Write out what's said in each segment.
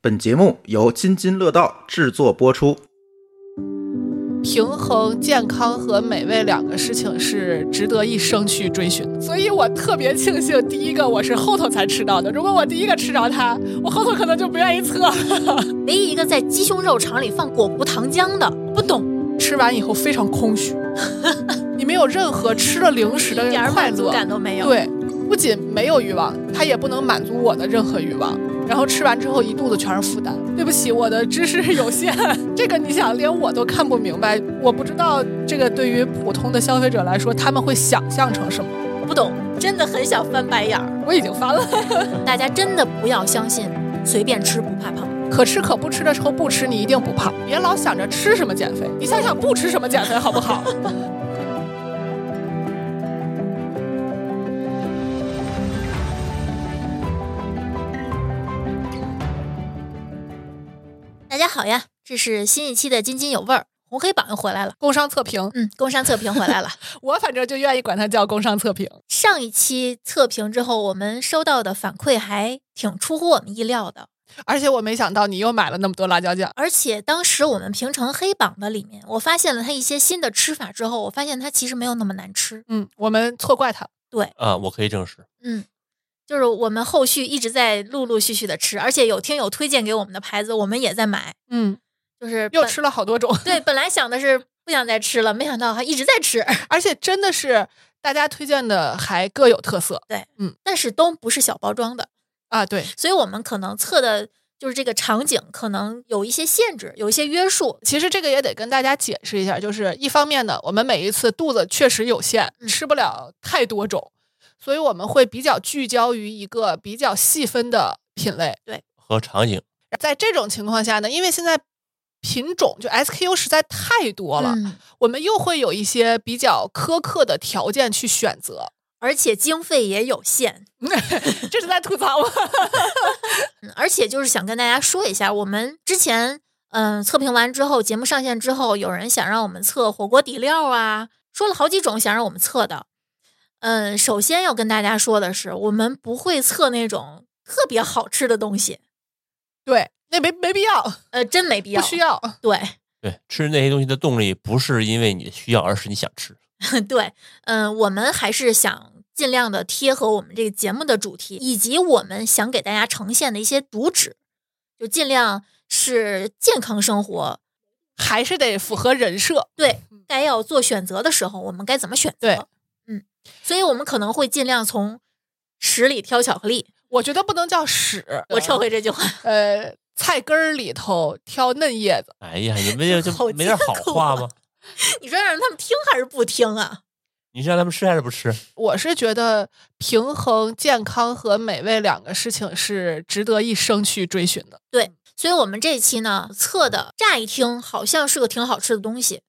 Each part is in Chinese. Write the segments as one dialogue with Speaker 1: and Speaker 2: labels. Speaker 1: 本节目由津津乐道制作播出。
Speaker 2: 平衡健康和美味两个事情是值得一生去追寻的，所以我特别庆幸，第一个我是后头才吃到的。如果我第一个吃着它，我后头可能就不愿意测了。
Speaker 3: 唯一一个在鸡胸肉肠里放果葡糖浆的，不懂，
Speaker 2: 吃完以后非常空虚， 你没有任何吃了零食的
Speaker 3: 嗯一点儿
Speaker 2: 快
Speaker 3: 满足
Speaker 2: 乐，
Speaker 3: 感都没有。，
Speaker 2: 对，不仅没有欲望，它也不能满足我的任何欲望。然后吃完之后一肚子全是负担。对不起，我的知识有限， 这个你想，连我都看不明白。我不知道这个对于普通的消费者来说，他们会想象成什么。
Speaker 3: 我不懂，真的很想翻白眼儿。
Speaker 2: 我已经翻了，
Speaker 3: 大家真的不要相信，随便吃不怕胖。
Speaker 2: 可吃可不吃的时候不吃，你一定不胖。别老想着吃什么减肥，你想想不吃什么减肥好不 好？
Speaker 3: 大家好呀，这是新一期的津津有味儿，红黑榜又回来了。
Speaker 2: 工商测评，
Speaker 3: 嗯，工商测评回 来了。
Speaker 2: 我反正就愿意管它叫工商测评。
Speaker 3: 上一期测评之后，我们收到的反馈还挺出乎我们意料的，
Speaker 2: 而且我没想到你又买了那么多辣椒酱，
Speaker 3: 而且当时我们评成黑榜的里面，我发现了它一些新的吃法之后，我发现它其实没有那么难吃。
Speaker 2: 嗯，我们错怪它。
Speaker 4: 啊，我可以证实，
Speaker 3: 嗯，就是我们后续一直在陆陆续续的吃，而且有听友推荐给我们的牌子，我们也在买。
Speaker 2: 嗯，
Speaker 3: 就是
Speaker 2: 又
Speaker 3: 本
Speaker 2: 吃了好多种。
Speaker 3: 对，本来想的是不想再吃了，没想到还一直在吃，
Speaker 2: 而且真的是大家推荐的还各有特色
Speaker 3: 但是都不是小包装的，
Speaker 2: 啊，对，
Speaker 3: 所以我们可能测的就是这个场景可能有一些限制，有一些约束。
Speaker 2: 其实这个也得跟大家解释一下，就是一方面呢，我们每一次肚子确实有限，
Speaker 3: 嗯
Speaker 2: 吃不了太多种，所以我们会比较聚焦于一个比较细分的品类。
Speaker 4: 和场景
Speaker 2: 在这种情况下呢，因为现在品种就 SKU 实在太多了，
Speaker 3: 嗯，
Speaker 2: 我们又会有一些比较苛刻的条件去选 择。
Speaker 3: 而且经费也有限。
Speaker 2: 这是在吐槽吗？
Speaker 3: 嗯，而且就是想跟大家说一下，我们之前嗯测评完之后，节目上线之后，有人想让我们测火锅底料啊，说了好几种想让我们测的。嗯，首先要跟大家说的是，我们不会测那种特别好吃的东西，
Speaker 2: 对，那没没必要，
Speaker 3: 呃，真没必要。
Speaker 2: 不需要。
Speaker 3: 对
Speaker 4: 对吃那些东西的动力不是因为你需要，而是你想吃。
Speaker 3: 对，嗯，我们还是想尽量的贴合我们这个节目的主题，以及我们想给大家呈现的一些主旨，就尽量是健康生活，
Speaker 2: 还是得符合人设。
Speaker 3: 对
Speaker 4: 嗯
Speaker 3: 该要做选择的时候，我们该怎么选择？
Speaker 2: 对，
Speaker 3: 嗯，所以我们可能会尽量从屎里挑巧克力。
Speaker 2: 我觉得不能叫屎，
Speaker 3: 我撤回这句话，
Speaker 2: 呃菜根儿里头挑嫩叶子，
Speaker 4: 哎呀，你们就
Speaker 3: 好
Speaker 4: 就没点好
Speaker 3: 艰苦
Speaker 4: 话
Speaker 3: 啊
Speaker 4: 吗？
Speaker 3: 你说让他们听还是不听啊？
Speaker 4: 你是让他们吃还是不吃？
Speaker 2: 我是觉得平衡健康和美味两个事情是值得一生去追寻的。
Speaker 3: 所以我们这期呢测的，乍一听好像是个挺好吃的东西，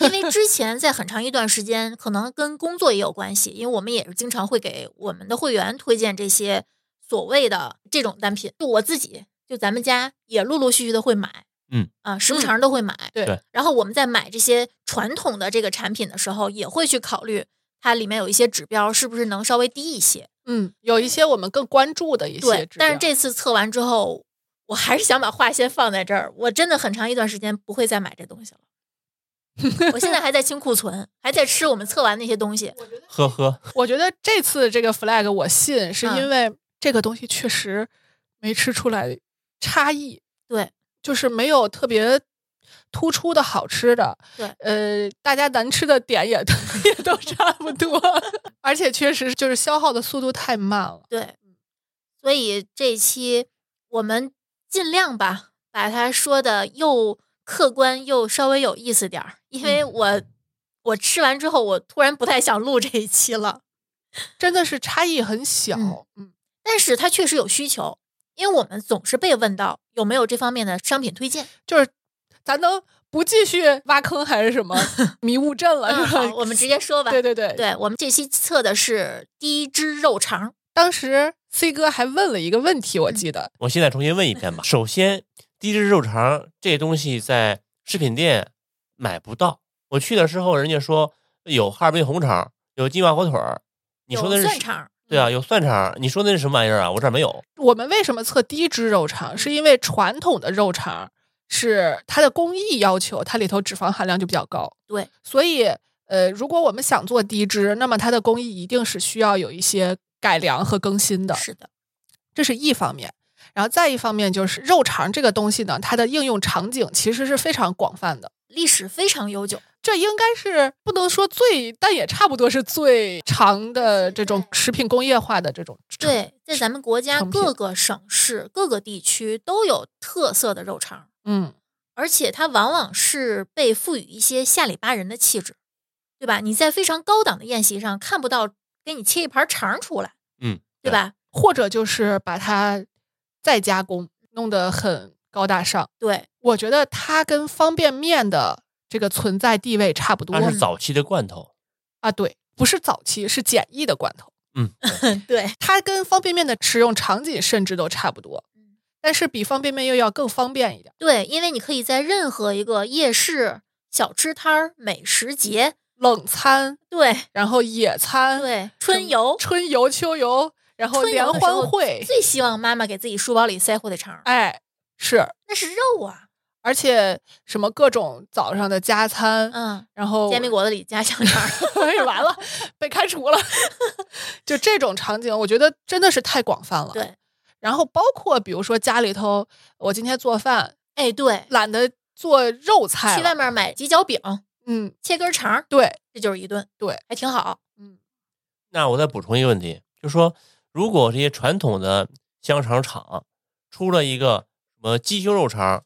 Speaker 3: 因为之前在很长一段时间，可能跟工作也有关系，因为我们也是经常会给我们的会员推荐这些所谓的这种单品。就我自己，就咱们家也陆陆续续的会买，
Speaker 4: 嗯
Speaker 3: 啊，时不常都会买。
Speaker 2: 对
Speaker 4: 对
Speaker 3: 然后我们在买这些传统的这个产品的时候，也会去考虑它里面有一些指标是不是能稍微低一些。
Speaker 2: 嗯，有一些我们更关注的一些
Speaker 3: 对，
Speaker 2: 指标，
Speaker 3: 但是这次测完之后，我还是想把话先放在这儿。我真的很长一段时间不会再买 这东西了。我现在还在清库存，还在吃我们测完那些东西。
Speaker 4: 呵呵，
Speaker 2: 我觉得这次这个 flag 我信，是
Speaker 3: 嗯
Speaker 2: 因为这个东西确实没吃出来差异，
Speaker 3: 对，
Speaker 2: 就是没有特别突出的好吃的，
Speaker 3: 对
Speaker 2: 呃，大家难吃的点也 都也都差不多， 而且确实就是消耗的速度太慢了。
Speaker 3: 对，嗯所以这一期我们尽量吧，把它说的又客观又稍微有意思点儿。因为
Speaker 4: 嗯
Speaker 3: 我、我吃完之后，我突然不太想录这一期了。
Speaker 2: 真的是差异很小。
Speaker 3: 嗯
Speaker 2: 嗯，
Speaker 3: 但是它确实有需求，因为我们总是被问到有没有这方面的商品推荐。
Speaker 2: 就是咱能不继续挖坑还是什 么迷雾阵了
Speaker 3: 嗯，
Speaker 2: 是吧？
Speaker 3: 好，我们 直接说吧。
Speaker 2: 对对对。
Speaker 3: 对我们这期测的是第一只肉肠，
Speaker 2: 当时 C 哥还问了一个问题，
Speaker 3: 嗯
Speaker 2: 我记得，
Speaker 4: 我现在重新问一遍吧。首先，第一只肉肠这东西在饰品店买不到，我去的时候人家说有哈尔滨红肠，有金华火腿儿，你
Speaker 3: 有
Speaker 4: 说的是
Speaker 3: 蒜肠，嗯
Speaker 4: 对啊，有蒜肠，你说那是什么玩意儿啊？我这儿没有。
Speaker 2: 我们为什么测低脂肉肠？是因为传统的肉肠是它的工艺要求，它里头脂肪含量就比较高。
Speaker 3: 对，
Speaker 2: 所以呃，如果我们想做低脂，那么它的工艺一定是需要有一些改良和更新的，
Speaker 3: 是的，
Speaker 2: 这是一方面。然后再一方面就是肉肠这个东西呢，它的应用场景其实是非常广泛的。
Speaker 3: 历史非常悠久。
Speaker 2: 这应该是不能说最，但也差不多是最长的这种食品工业化的这种。，
Speaker 3: 对，在咱们国家
Speaker 2: 成品
Speaker 3: 各个省市、各个地区都有特色的肉肠，
Speaker 2: 嗯，
Speaker 3: 而且它往往是被赋予一些下里巴人的气质，对吧？你在非常高档的宴席上看不到给你切一盘肠出来，
Speaker 4: 嗯，
Speaker 3: 对吧？
Speaker 2: 或者就是把它再加工，弄得很高大上。
Speaker 3: 对，
Speaker 2: 我觉得它跟方便面的这个存在地位差不多
Speaker 4: 它是早期的罐头，
Speaker 2: 啊，对，不是早期，是简易的罐头。
Speaker 4: 嗯，
Speaker 3: 对，
Speaker 2: 它跟方便面的食用场景甚至都差不多
Speaker 3: 嗯，
Speaker 2: 但是比方便面又要更方便一点。
Speaker 3: 对，因为你可以在任何一个夜市、小吃摊儿、美食节，
Speaker 2: 冷餐，
Speaker 3: 对
Speaker 2: 然后野餐，
Speaker 3: 对，
Speaker 2: 什
Speaker 3: 春
Speaker 2: 么
Speaker 3: 游，
Speaker 2: 春游、秋游，然后
Speaker 3: 春游
Speaker 2: 联
Speaker 3: 的时候
Speaker 2: 欢会，
Speaker 3: 最希望妈妈给自己书包里塞火腿肠儿，
Speaker 2: 哎，是，
Speaker 3: 那是肉啊，
Speaker 2: 而且什么各种早上的加餐，
Speaker 3: 嗯，
Speaker 2: 然后
Speaker 3: 煎饼果子里加香肠儿，
Speaker 2: 啊 完了，被开除了。 就这种场景，我觉得真的是太广泛了。
Speaker 3: 对，
Speaker 2: 然后包括比如说家里头，我今天做饭
Speaker 3: 哎，对，
Speaker 2: 懒得做肉菜
Speaker 3: 去外
Speaker 2: 了，
Speaker 3: 面买几角饼，
Speaker 2: 嗯，
Speaker 3: 切根肠儿，
Speaker 2: 对，
Speaker 3: 这就是一顿，
Speaker 2: 对，
Speaker 3: 还挺好。
Speaker 2: 嗯，
Speaker 4: 那我再补充一个问题，就是说，如果这些传统的香肠厂出了一个什么鸡胸肉肠，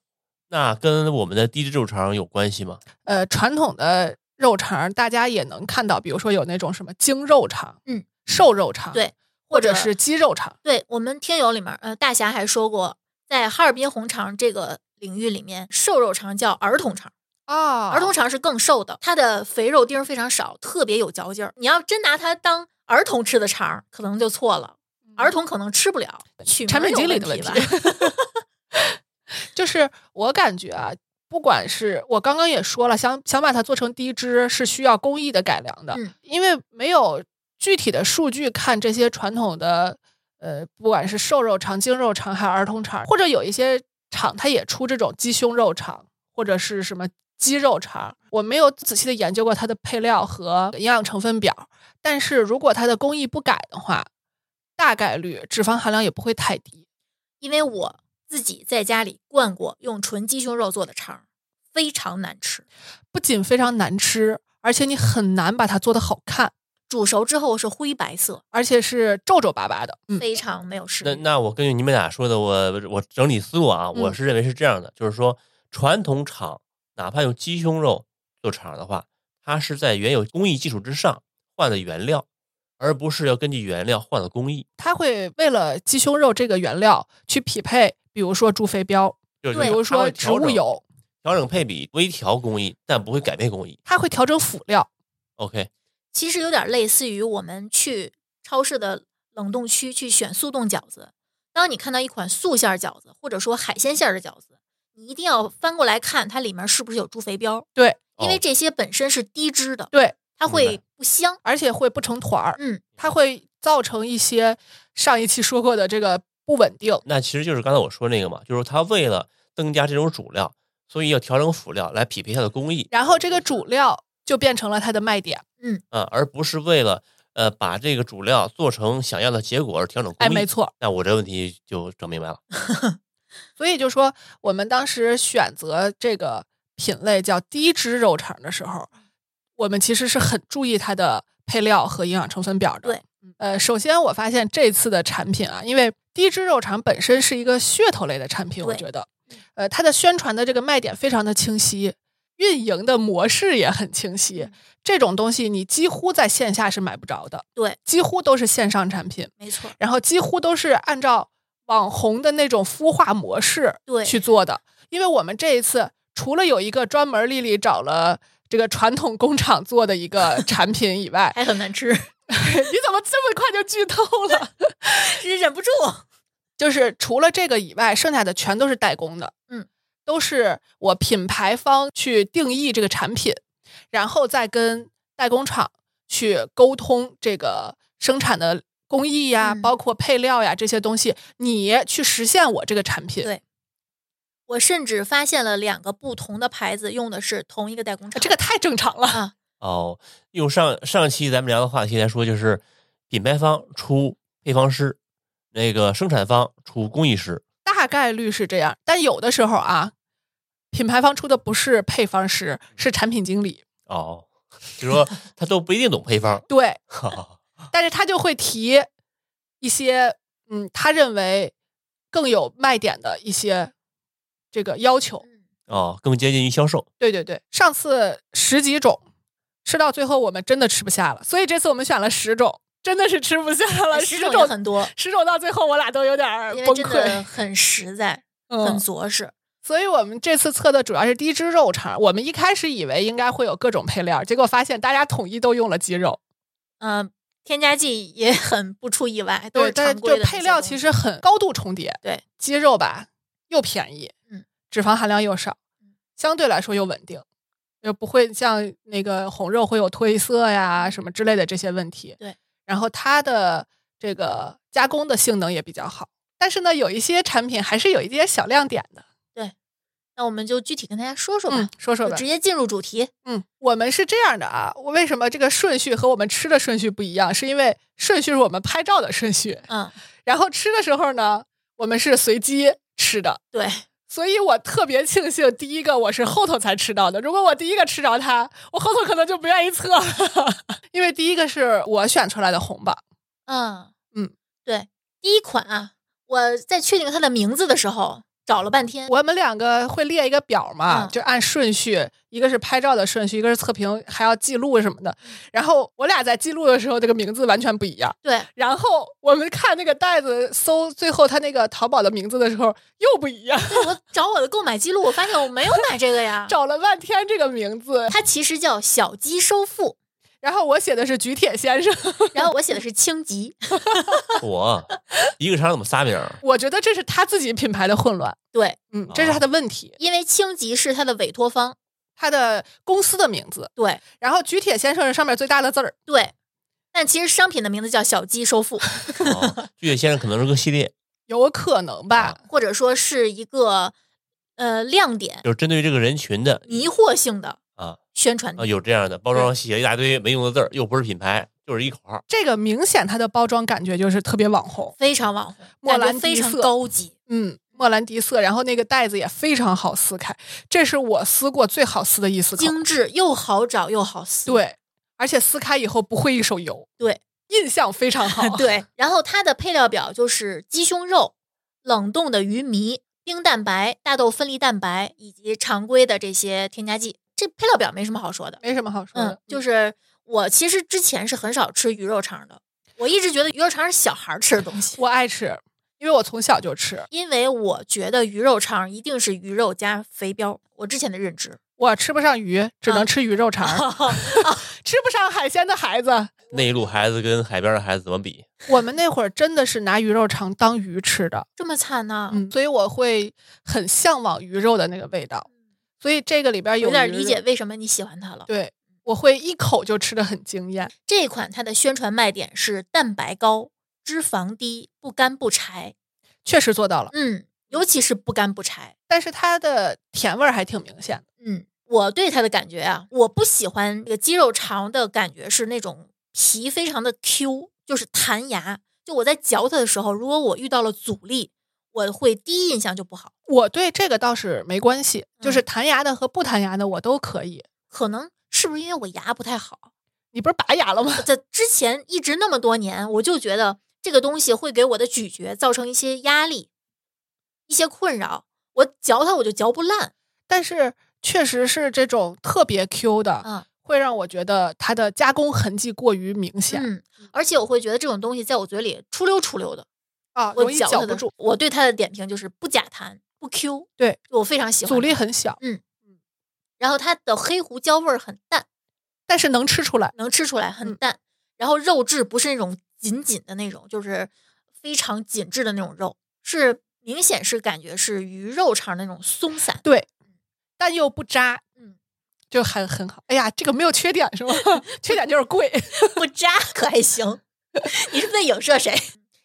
Speaker 4: 那跟我们的低脂肉肠有关系吗？
Speaker 2: 呃，传统的肉肠儿大家也能看到，比如说有那种什么精肉肠，
Speaker 3: 嗯，
Speaker 2: 瘦肉肠，
Speaker 3: 对，
Speaker 2: 或者
Speaker 3: 或者
Speaker 2: 是鸡肉肠，
Speaker 3: 对我们听友里面，呃，大侠还说过，在哈尔滨红肠这个领域里面，瘦肉肠叫儿童肠，
Speaker 2: 啊
Speaker 3: 儿童肠是更瘦的，它的肥肉丁儿非常少，特别有嚼劲儿。你要真拿它当儿童吃的肠儿，可能就错了，儿童可能吃不了。取
Speaker 2: 嗯
Speaker 3: 名
Speaker 2: 产品
Speaker 3: 有
Speaker 2: 经理
Speaker 3: 问
Speaker 2: 的问
Speaker 3: 吧？
Speaker 2: 就是我感觉啊，不管是我刚刚也说了，想想把它做成低脂是需要工艺的改良的，
Speaker 3: 嗯
Speaker 2: 因为没有具体的数据看这些传统的，呃，不管是瘦肉肠、精肉肠，还有儿童肠，或者有一些厂它也出这种鸡胸肉肠或者是什么鸡肉肠，我没有仔细的研究过它的配料和营养成分表，但是如果它的工艺不改的话，大概率脂肪含量也不会太低。
Speaker 3: 因为我自己在家里灌过用纯鸡胸肉做的肠儿，非常难吃。
Speaker 2: 不仅非常难吃，而且你很难把它做得好看，
Speaker 3: 煮熟之后是灰白色，
Speaker 2: 而且是皱皱巴巴的。嗯，
Speaker 3: 非常没有食
Speaker 4: 那
Speaker 3: 欲。
Speaker 4: 那我根据你们俩说的，我我整理思路啊，
Speaker 2: 嗯
Speaker 4: 我是认为是这样的，就是说传统厂哪怕用鸡胸肉做肠的话，它是在原有工艺基础之上换的原料，而不是要根据原料换的工艺，
Speaker 2: 它会为了鸡胸肉这个原料去匹配，比如说猪肥膘，
Speaker 4: 就是
Speaker 2: 比
Speaker 3: 对
Speaker 2: 如
Speaker 4: 它
Speaker 2: 说
Speaker 4: 会
Speaker 2: 植
Speaker 4: 调
Speaker 2: 物
Speaker 4: 整
Speaker 2: 油，
Speaker 4: 调整配比，微调工艺，但不会改变工艺。
Speaker 2: 它会调整辅料。
Speaker 4: OK，
Speaker 3: 其实有点类似于我们去超市的冷冻区去选速冻饺子。当你看到一款素馅儿饺子，或者说海鲜馅儿的饺子，你一定要翻过来看它里面是不是有猪肥膘，
Speaker 2: 对
Speaker 3: 因为
Speaker 4: 哦
Speaker 3: 这些本身是低脂的，
Speaker 2: 对，
Speaker 3: 它
Speaker 4: 明
Speaker 3: 会不香。
Speaker 2: 而且会不成团儿，
Speaker 3: 嗯，
Speaker 2: 它会造成一些上一期说过的这个不稳定。
Speaker 4: 那其实就是刚才我说那个嘛，就是它为了增加这种主料，所以要调整辅料来匹配它的工艺，
Speaker 2: 然后这个主料就变成了它的卖点。
Speaker 4: 啊、而不是为了呃把这个主料做成想要的结果而调整工艺。
Speaker 2: 哎，没。错，
Speaker 4: 那我这问题就整明白了。
Speaker 2: 所以就说我们当时选择这个品类叫低脂肉肠的时候，
Speaker 3: 嗯
Speaker 2: 我们其实是很注意它的配料和营养成分表的。
Speaker 3: 对，嗯
Speaker 2: 呃，首先我发现这次的产品啊，因为低脂肉肠本身是一个噱头类的产品，我
Speaker 3: 对嗯
Speaker 2: 觉得，呃，它的宣传的这个卖点非常的清晰。运营的模式也很清晰
Speaker 3: 嗯，
Speaker 2: 这种东西你几乎在线下是买不着的，
Speaker 3: 对，
Speaker 2: 几乎都是线上产品。
Speaker 3: 没错。
Speaker 2: 然后几乎都是按照网红的那种孵化模式
Speaker 3: 对
Speaker 2: 去做的。因为我们这一次除了有一个专门丽丽找了这个传统工厂做的一个产品以 外，
Speaker 3: 还很 难吃，
Speaker 2: 你怎么这么快就剧透了？
Speaker 3: 忍不住。
Speaker 2: 就是除了这个以外，剩下的全都是代工的，
Speaker 3: 嗯，
Speaker 2: 都是我品牌方去定义这个产品，然后再跟代工厂去沟通这个生产的工艺呀、
Speaker 3: 嗯
Speaker 2: 包括配料呀这些东西，你去实现我这个产品。
Speaker 3: 对我甚至发现了两个不同的牌子用的是同一个代工厂。
Speaker 2: 这个太正常了。
Speaker 3: 啊，
Speaker 4: 哦，用上上期咱们聊的话题来说，就是品牌方出配方师，那个生产方出工艺师。
Speaker 2: 大概率是这样，但有的时候啊，品牌方出的不是配方师，
Speaker 3: 嗯
Speaker 2: 是产品经理。
Speaker 4: 哦，就说他都不一定懂配方。
Speaker 2: 对，但是他就会提一些嗯，他认为更有卖点的一些这个要求。
Speaker 3: 嗯
Speaker 4: 哦，更接近于 销售。
Speaker 2: 对对对，上次十几种，吃到最后我们真的吃不下了，所以这次我们选了十种，真的是吃不下了，
Speaker 3: 哎十
Speaker 2: 十
Speaker 3: 种
Speaker 2: 种
Speaker 3: 也很多，
Speaker 2: 十种到最后我俩都有点儿
Speaker 3: 因
Speaker 2: 崩
Speaker 3: 为真的
Speaker 2: 溃，
Speaker 3: 很实在，很
Speaker 2: 嗯，
Speaker 3: 着实。
Speaker 2: 所以我们这次测的主要是低脂肉肠，我们一开始以为应该会有各种配料，结果发现大家统一都用了鸡肉，
Speaker 3: 嗯、添加剂也 很不出意外，都
Speaker 2: 对，
Speaker 3: 是
Speaker 2: 但是
Speaker 3: 常规
Speaker 2: 就
Speaker 3: 的那些东
Speaker 2: 配
Speaker 3: 西。
Speaker 2: 料其实很高度重叠，
Speaker 3: 对，
Speaker 2: 鸡肉吧又便宜，
Speaker 3: 嗯，
Speaker 2: 脂肪含量又少，相对来说又稳定，又不会像那个红肉会有褪色呀什么之类的这些问题，
Speaker 3: 对，
Speaker 2: 然后它的这个加工的性能也比较好，但是呢，有一些产品还是有一些小亮点的，
Speaker 3: 那我们就具体跟大家说说吧，
Speaker 2: 嗯，说说
Speaker 3: 就
Speaker 2: 吧
Speaker 3: 直，接进入主题。
Speaker 2: 嗯，我们是这样的啊，我为什么这个顺序和我们吃的顺序不一样？是因为顺序是我们拍照的顺序，
Speaker 3: 嗯，
Speaker 2: 然后吃的时候呢，我们是随机吃的，
Speaker 3: 对，
Speaker 2: 所以我特别庆幸第一个我是后头才吃到的。如果我第一个吃着它，我后头可能就不愿意测了， 因为第一个是我选出来的红吧。
Speaker 3: 嗯
Speaker 2: 嗯，
Speaker 3: 对，第一款啊，我在确定它的名字的时候找了半天。
Speaker 2: 我们两个会列一个表嘛，
Speaker 3: 嗯
Speaker 2: 就按顺序，一个是拍照的顺序，一个是测评，还要记录什么的。然后我俩在记录的时候，这个名字完全不一样。
Speaker 3: 对，
Speaker 2: 然后我们看那个袋子，搜最后它那个淘宝的名字的时候又不一样，。
Speaker 3: 对我找我的购买记录，我发现我没有买这个呀
Speaker 2: 找了半天这个名字。
Speaker 3: 它其实叫小鸡收腹，
Speaker 2: 然后我写的是举铁先生，
Speaker 3: 然后我写的是青吉。
Speaker 4: 我一个厂怎么仨名儿？
Speaker 2: 我觉得这是他自己品牌的混乱，
Speaker 3: 对，
Speaker 2: 嗯，这是他的问题，
Speaker 3: 因为青吉是它的委托方。
Speaker 2: 他的公司的名字。
Speaker 3: 对
Speaker 2: 然后举铁先生是上面最大的字儿，
Speaker 3: 对，但其实商品的名字叫小鸡收腹，
Speaker 4: 哦，巨野先生可能是个系列，
Speaker 2: 有可能吧？
Speaker 3: 或者说是一个呃亮点、
Speaker 4: 就是针对这个人群的
Speaker 3: 迷惑性的
Speaker 4: 啊
Speaker 3: 宣传。
Speaker 4: 啊，有这样的包装写一大堆没用的字儿，又不是品牌，就是一口号。
Speaker 2: 这个明显它的包装感觉就是特别网红，
Speaker 3: 非常网红，
Speaker 2: 莫
Speaker 3: 感
Speaker 2: 兰迪
Speaker 3: 觉非常
Speaker 2: 色
Speaker 3: 高级。
Speaker 2: 嗯，莫兰迪色，然后那个袋子也非常好撕开，这是我撕过最好撕的一次口
Speaker 3: 精致又好找又好撕，
Speaker 2: 对，而且撕开以后不会一手油，
Speaker 3: 对，
Speaker 2: 印象非常好。
Speaker 3: 对。然后它的配料表就是鸡胸肉、冷冻的鱼糜、冰蛋白、大豆分离蛋白以及常规的这些添加剂。这配料表没什么好说的。
Speaker 2: 没什么好说的，
Speaker 3: 嗯，就是是我其实之前是很少吃鱼肉肠的，我一直觉得鱼肉肠是小孩儿吃的 东西，
Speaker 2: 我爱吃，因为我从小就吃。
Speaker 3: 因为我觉得鱼肉肠一定是鱼肉加肥膘，我之前的 认知。
Speaker 2: 我吃不上鱼，只
Speaker 3: 啊
Speaker 2: 能吃鱼肉肠儿。嗯 吃不上海鲜的孩子，
Speaker 4: 内陆孩子跟海边的孩子怎么比？
Speaker 2: 我们那会儿真的是拿鱼肉肠当鱼吃的，
Speaker 3: 这么惨呢、
Speaker 2: 嗯，所以我会很向往鱼肉的那个味道。所以这个里边儿
Speaker 3: 有点
Speaker 2: 鱼
Speaker 3: 理
Speaker 2: 肉
Speaker 3: 解，为什么你喜欢它了。
Speaker 2: 对，我会一口就吃的很惊艳。
Speaker 3: 这款它的宣传卖点是蛋白高、脂肪低、不干不柴。
Speaker 2: 确实做到了，
Speaker 3: 嗯，尤其是不干不柴。
Speaker 2: 但是它的甜味儿还挺明显的。
Speaker 3: 嗯，我对它的感觉啊，我不喜欢这个鸡肉肠的感觉是那种皮非常的 Q，就是弹牙。就我在嚼它的时候，如果我遇到了阻力，我会第一印象就不好。
Speaker 2: 我对这个倒是没关系，就是
Speaker 3: 嗯
Speaker 2: 弹牙的和不弹牙的我都可以。
Speaker 3: 可能是不是因为我牙不太好？
Speaker 2: 你不是拔牙了吗？
Speaker 3: 在之前一直那么多年，我就觉得这个东西会给我的咀嚼造成一些压力、一些困扰。我嚼它我就嚼不烂，
Speaker 2: 但是确实是这种特别 Q 的，
Speaker 3: 嗯
Speaker 2: 会让我觉得它的加工痕迹过于明显、
Speaker 3: 嗯，而且我会觉得这种东西在我嘴里出溜出溜的，
Speaker 2: 啊，
Speaker 3: 我
Speaker 2: 容易
Speaker 3: 嚼
Speaker 2: 嚼
Speaker 3: 它
Speaker 2: 不
Speaker 3: 的时
Speaker 2: 住
Speaker 3: 候，，我对它的点评就是不假弹、不 Q，
Speaker 2: 对
Speaker 3: 我非常喜欢
Speaker 2: 阻力
Speaker 3: 它。
Speaker 2: 很小，
Speaker 3: 然后它的黑胡椒味儿很淡，
Speaker 2: 但是能吃出来。
Speaker 3: 能吃出来很
Speaker 2: 嗯
Speaker 3: 淡。然后肉质不是那种紧紧的那种，就是非常紧致的那种肉，是明显是感觉是鱼肉肠的那种松散。
Speaker 2: 对，但又不扎，
Speaker 3: 嗯，
Speaker 2: 就 很很好。哎呀，这个没有缺点是吗？缺点就是贵。
Speaker 3: 不扎可还行。 你是不是在影射谁？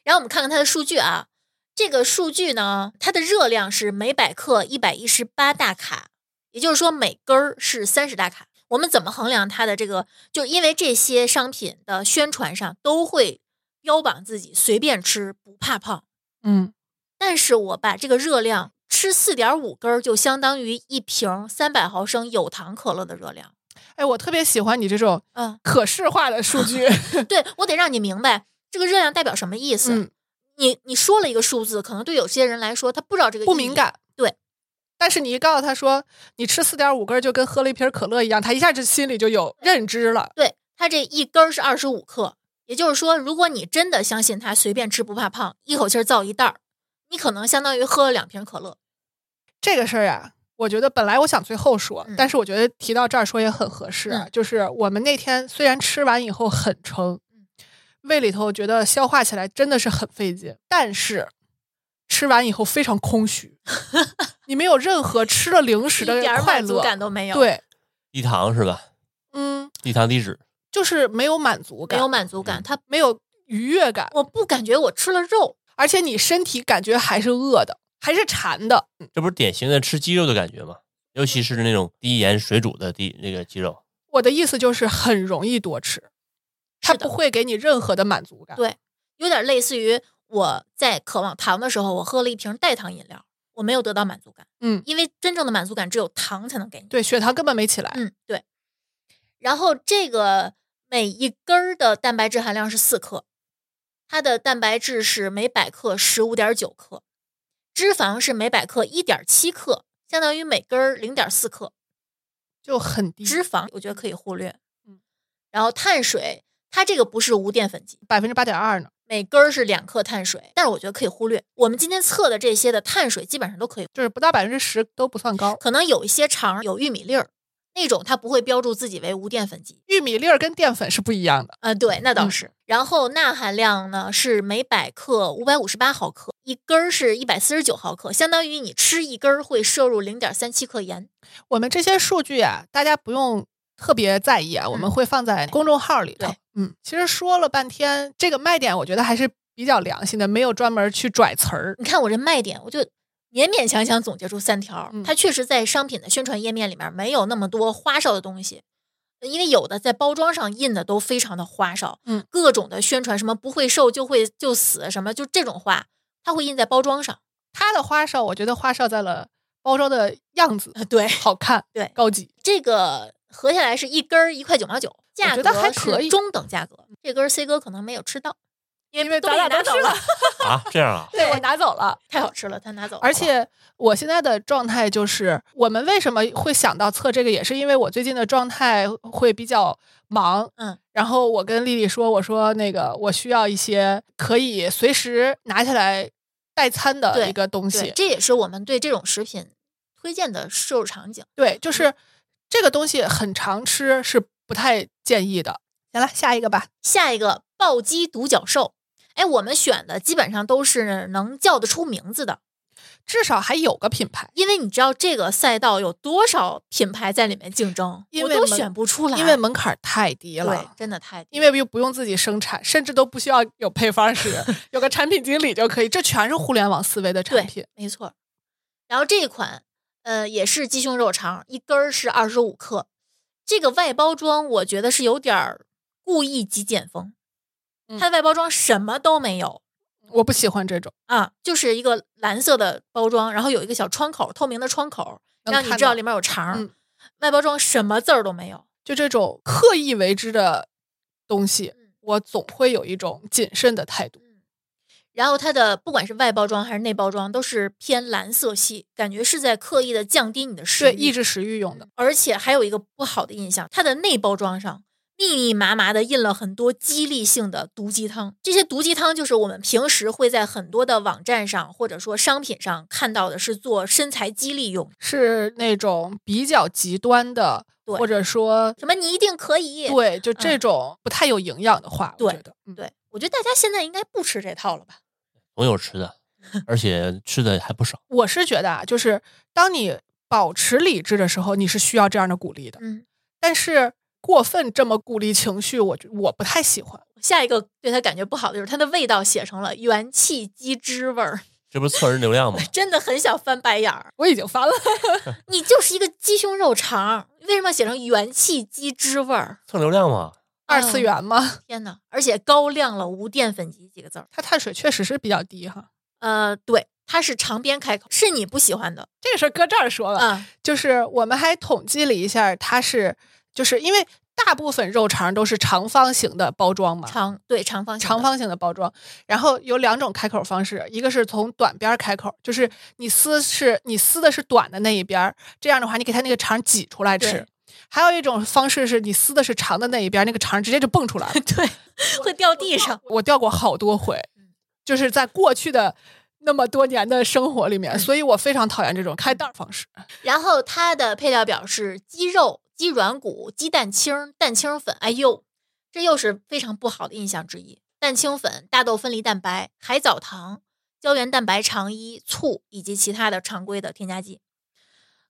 Speaker 3: 然后我们看看它的数据啊，这个数据呢，它的热量是每百克一百一十八大卡，也就是说每根儿是三十大卡。我们怎么衡量它的这个？就因为这些商品的宣传上都会标榜自己随便吃不怕胖，
Speaker 2: 嗯，
Speaker 3: 但是我把这个热量吃四点五根儿，就相当于一瓶三百毫升有糖可乐的热量。
Speaker 2: 哎，我特别喜欢你这种
Speaker 3: 嗯，
Speaker 2: 可视化的数 据。
Speaker 3: 对我得让你明白这个热量代表什么意思。
Speaker 2: 嗯，
Speaker 3: 你你说了一个数字，可能对有些人来说他不知道这个
Speaker 2: 不
Speaker 3: 意
Speaker 2: 敏
Speaker 3: 义。
Speaker 2: 感。
Speaker 3: 对，
Speaker 2: 但是你一告诉他说你吃四点五根儿就跟喝了一瓶可乐一样，他一下就心里就有认知了。
Speaker 3: 对，它这一根儿是二十五克，也就是说，如果你真的相信它随便吃不怕胖，一口气儿造一袋儿，你可能相当于喝了两瓶可乐。
Speaker 2: 这个事儿啊，我觉得本来我想最后说，
Speaker 3: 嗯
Speaker 2: 但是我觉得提到这儿说也很合适啊。
Speaker 3: 嗯
Speaker 2: 就是我们那天虽然吃完以后很撑，
Speaker 3: 嗯
Speaker 2: 胃里头觉得消化起来真的是很费劲，但是吃完以后非常空 虚，你没有任何吃了零食的
Speaker 3: 一点儿
Speaker 2: 快
Speaker 3: 满足
Speaker 2: 乐，
Speaker 3: 感都没有，，
Speaker 2: 对，
Speaker 4: 低糖是吧？
Speaker 2: 嗯，
Speaker 4: 低糖低脂，
Speaker 2: 就是没有满足
Speaker 3: 没
Speaker 2: 感，
Speaker 3: 有满足感。它
Speaker 2: 没有愉悦感，
Speaker 3: 我不感觉我吃了肉，
Speaker 2: 而且你身体感觉还是饿的，还是馋的。
Speaker 4: 这不是典型的吃鸡肉的感觉吗？尤其是那种低盐水煮的低那个鸡肉，
Speaker 2: 我的意思就是很容易多吃，它
Speaker 3: 是的
Speaker 2: 不会给你任何的满足感。
Speaker 3: 对有点类似于我在渴望糖的时候，我喝了一瓶代糖饮料，我没有得到满足感。
Speaker 2: 嗯
Speaker 3: 因为真正的满足感只有糖才能给你。
Speaker 2: 对，血糖根本没起来。
Speaker 3: 嗯，对。然后这个每一根儿的蛋白质含量是四克，它的蛋白质是每百克十五点九克，脂肪是每百克一点七克，相当于每根儿零点四克。
Speaker 2: 就很低，
Speaker 3: 脂嗯肪我觉得可以忽略。
Speaker 2: 嗯，
Speaker 3: 然后碳水，它这个不是无淀粉级，
Speaker 2: 百分之八点二呢。
Speaker 3: 每根儿是两克碳水，但是我觉得可以忽略。我们今天测的这些的碳水基本上都可以，
Speaker 2: 就是不到百分之十都不算高。
Speaker 3: 可能有一些肠有玉米粒儿那种，它不会标注自己为无淀粉级。
Speaker 2: 玉米粒儿跟淀粉是不一样的，
Speaker 3: 呃，对，那倒
Speaker 2: 嗯
Speaker 3: 是。然后钠含量呢是每百克五百五十八毫克，一根儿是一百四十九毫克，相当于你吃一根儿会摄入零点三七克盐。
Speaker 2: 我们这些数据啊，大家不用特别在意啊，我们会放在公众号里头
Speaker 3: 对。
Speaker 2: 嗯，其实说了半天，这个卖点我觉得还是比较良心的，没有专门去拽词儿。
Speaker 3: 你看我这卖点，我就勉勉强强总结出三条儿。
Speaker 2: 嗯
Speaker 3: 它确实在商品的宣传页面里面没有那么多花哨的东西，因为有的在包装上印的都非常的花哨，
Speaker 2: 嗯，
Speaker 3: 各种的宣传什么不会瘦就会就死什么就这种话，它会印在包装上。
Speaker 2: 它的花哨，我觉得花哨在了包装的样子，
Speaker 3: 对
Speaker 2: 好看，
Speaker 3: 对
Speaker 2: 高级。
Speaker 3: 这个合下来是一根儿一块九毛九，价
Speaker 2: 觉
Speaker 3: 格
Speaker 2: 得还可
Speaker 3: 是
Speaker 2: 以
Speaker 3: 中等价格。这根儿 C 哥可能没有吃到，因
Speaker 2: 因为
Speaker 3: 都
Speaker 2: 咱
Speaker 3: 被
Speaker 2: 俩
Speaker 3: 你拿
Speaker 2: 都
Speaker 3: 走
Speaker 2: 吃
Speaker 3: 了
Speaker 2: 了，，
Speaker 4: 啊，这样啊
Speaker 2: 我拿走 了。
Speaker 3: 太好吃了，他拿走了。
Speaker 2: 而且我现在的状态就是，我们为什么会想到测这个，也是因为我最近的状态会比较忙，
Speaker 3: 嗯，
Speaker 2: 然后我跟丽丽说，我说那个我需要一些可以随时拿起来代餐的
Speaker 3: 对
Speaker 2: 一个东西，
Speaker 3: 对，这也是我们对这种食品推荐的摄入场景。
Speaker 2: 对就是这个东西很常吃是不太建议的。行了，下一个吧。
Speaker 3: 下一个暴击独角兽，哎，我们选的基本上都是能叫得出名字的，
Speaker 2: 至少还有个品牌，
Speaker 3: 因为你知道这个赛道有多少品牌在里面竞争，
Speaker 2: 因
Speaker 3: 我
Speaker 2: 为
Speaker 3: 都
Speaker 2: 门
Speaker 3: 选不出来，
Speaker 2: 因为门槛儿太低
Speaker 3: 对
Speaker 2: 了，。
Speaker 3: 真的太低
Speaker 2: 因为又不用自己生产，甚至都不需要有配方 师，有个产品经理就可以。这全是互联网思维的产
Speaker 3: 对，
Speaker 2: 品。
Speaker 3: 没错。然后这一款，呃，也是鸡胸肉肠，一根儿是二十五克。这个外包装我觉得是有点儿故意极简风，
Speaker 2: 嗯
Speaker 3: 它的外包装什么都没有
Speaker 2: 我不喜欢这种，
Speaker 3: 啊，就是一个蓝色的包装，然后有一个小窗口，透明的窗口，
Speaker 2: 能
Speaker 3: 让你
Speaker 2: 看
Speaker 3: 知道
Speaker 2: 到
Speaker 3: 里面有肠儿。
Speaker 2: 嗯
Speaker 3: 外包装什么字儿都没有，
Speaker 2: 就这种刻意为之的东西
Speaker 3: 嗯，
Speaker 2: 我总会有一种谨慎的态度。
Speaker 3: 然后它的不管是外包装还是内包装都是偏蓝色系，感觉是在刻意的降低你的食欲，
Speaker 2: 对，抑制食欲用的。
Speaker 3: 而且还有一个不好的印象，它的内包装上密密麻麻的印了很多激励性的毒鸡汤。这些毒鸡汤就是我们平时会在很多的网站上或者说商品上看到的，是做身材激励用的。
Speaker 2: 是那种比较极端的，
Speaker 3: 对
Speaker 2: 或者说
Speaker 3: 什么你一定可以？
Speaker 2: 对，就这种不太有营养的话，我
Speaker 3: 对
Speaker 2: 觉得，嗯，
Speaker 3: 对，我觉得大家现在应该不吃这套了吧？
Speaker 4: 总有吃的，而且吃的还不少。
Speaker 2: 我是觉得啊，就是当你保持理智的时候，你是需要这样的鼓励的。
Speaker 3: 嗯，
Speaker 2: 但是过分这么鼓励情绪，我觉我不太喜欢。
Speaker 3: 下一个对它感觉不好的就是它的味道写成了元气鸡汁味儿，
Speaker 4: 这不是蹭人流量吗？
Speaker 3: 真的很想翻白眼儿。
Speaker 2: 我已经翻了，
Speaker 3: 你就是一个鸡胸肉肠儿，为什么要写成元气鸡汁味儿？
Speaker 4: 蹭流量吗？
Speaker 2: 二次元嘛，
Speaker 3: 天哪！而且高亮了“无淀粉级”几个字儿。
Speaker 2: 它碳水确实是比较低哈。
Speaker 3: 呃，对，它是长篇开口，是你不喜欢的
Speaker 2: 这个事儿搁这儿说了，
Speaker 3: 啊。
Speaker 2: 就是我们还统计了一下，它是就是因为大部分肉肠都是长方形的包装嘛，
Speaker 3: 长对长方形的
Speaker 2: 长方形的包装，然后有两种开口方式，一个是从短边儿开口，就是你撕是你撕的是短的那一边儿，这样的话你给它那个肠挤出来吃
Speaker 3: 对。
Speaker 2: 还有一种方式是你撕的是长的那一边儿，那个肠直接就蹦出来 了。
Speaker 3: 对，会掉地上。
Speaker 2: 我掉过好多回，就是在过去的那么多年的生活里面，所以我非常讨厌这种开袋儿方式。
Speaker 3: 然后它的配料表是鸡肉、鸡软骨、鸡蛋清、蛋清粉。哎呦，这又是非常不好的印象之一。蛋清粉、大豆分离蛋白、海藻糖、胶原蛋白肠衣、醋以及其他的常规的添加剂。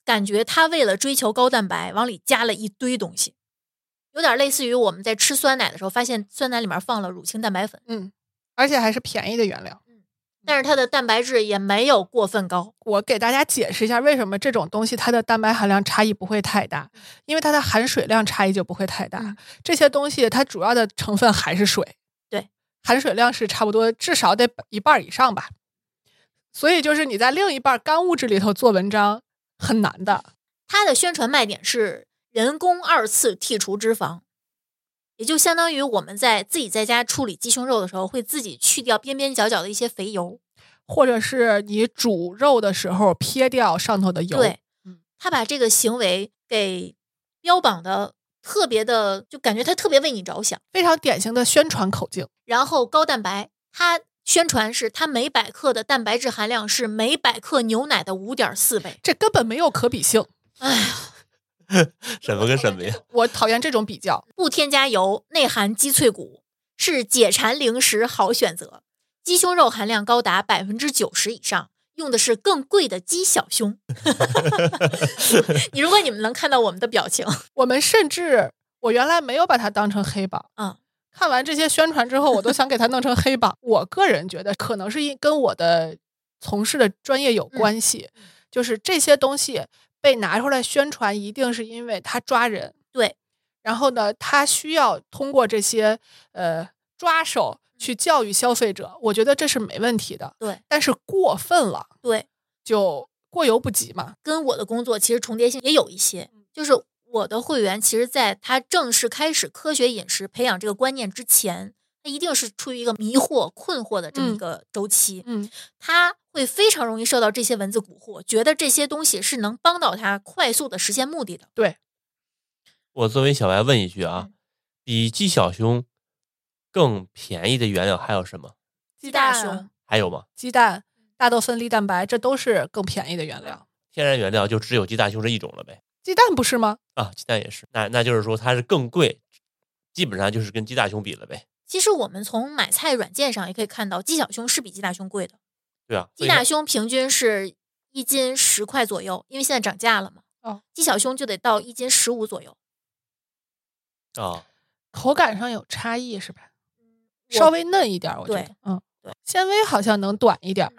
Speaker 3: 感觉它为了追求高蛋白，往里加了一堆东西，有点类似于我们在吃酸奶的时候，发现酸奶里面放了乳清蛋白粉，
Speaker 2: 嗯，而且还是便宜的原料。
Speaker 3: 但是它的蛋白质也没有过分高。
Speaker 2: 我给大家解释一下，为什么这种东西它的蛋白含量差异不会太大，因为它的含水量差异就不会太大。
Speaker 3: 嗯
Speaker 2: 这些东西它主要的成分还是水，
Speaker 3: 对，
Speaker 2: 含水量是差不多，至少得一半儿以上吧。所以就是你在另一半儿干物质里头做文章很难的。
Speaker 3: 它的宣传卖点是人工二次剔除脂肪，也就相当于我们在自己在家处理鸡胸肉的时候，会自己去掉边边角角的一些肥油。
Speaker 2: 或者是你煮肉的时候撇掉上头的油，
Speaker 3: 对，
Speaker 4: 嗯
Speaker 3: 他把这个行为给标榜的特别的，就感觉他特别为你着想。
Speaker 2: 非常典型的宣传口径。
Speaker 3: 然后高蛋白，它宣传是它每百克的蛋白质含量是每百克牛奶的五点四倍。
Speaker 2: 这根本没有可比性。
Speaker 4: 什么跟什么呀？
Speaker 2: 我讨厌这种比较，
Speaker 3: 不添加油，内含鸡脆骨，是解馋零食好选择。鸡胸肉含量高达百分之九十以上，用的是更贵的鸡小胸。 你如果你们能看到我们的表情，
Speaker 2: 我们甚至我原来没有把它当成黑榜，
Speaker 3: 嗯，
Speaker 2: 看完这些宣传之后，我都想给它弄成黑榜。我个人觉得，可能是因跟我的从事的专业有
Speaker 3: 嗯
Speaker 2: 关系，就是这些东西被拿出来宣传，一定是因为它抓人，
Speaker 3: 对。
Speaker 2: 然后呢，它需要通过这些呃抓手去教育消费者，我觉得这是没问题的。
Speaker 3: 嗯对，
Speaker 2: 但是过分了
Speaker 3: 对，
Speaker 2: 就过犹不及嘛。
Speaker 3: 跟我的工作其实重叠性也有一些，就是我的会员其实在他正式开始科学饮食培养这个观念之前，他一定是处于一个迷惑、困惑的这么一
Speaker 2: 嗯
Speaker 3: 个周期。
Speaker 2: 嗯，
Speaker 3: 他会非常容易受到这些文字蛊惑，觉得这些东西是能帮到他快速的实现目的的。
Speaker 4: 我作为小白问一句啊，比鸡小胸更便宜的原料还有什么？
Speaker 3: 鸡
Speaker 2: 蛋
Speaker 3: 大
Speaker 2: 啊
Speaker 3: 胸，
Speaker 4: 还有吗？
Speaker 2: 鸡蛋、大豆分离蛋白，这都是更便宜的原料。
Speaker 4: 天然原料就只有鸡大胸这一种了呗？
Speaker 2: 鸡蛋不是吗？
Speaker 4: 啊，鸡蛋也是。那那就是说它是更贵，基本上就是跟鸡大胸比了呗。
Speaker 3: 其实我们从买菜软件上也可以看到，鸡小胸是比鸡大胸贵的。
Speaker 4: 对啊，
Speaker 3: 鸡
Speaker 4: 所以
Speaker 3: 大
Speaker 4: 它
Speaker 3: 胸平均是一斤十块左右，因为现在涨价了嘛。
Speaker 2: 哦，
Speaker 3: 鸡小胸就得到一斤十五左右。
Speaker 4: 啊，
Speaker 2: 口感上有差异是吧？
Speaker 3: 我
Speaker 2: 稍微嫩一点儿，我觉
Speaker 3: 对
Speaker 2: 得，嗯，
Speaker 3: 对，嗯
Speaker 2: 纤维好像能短一点儿，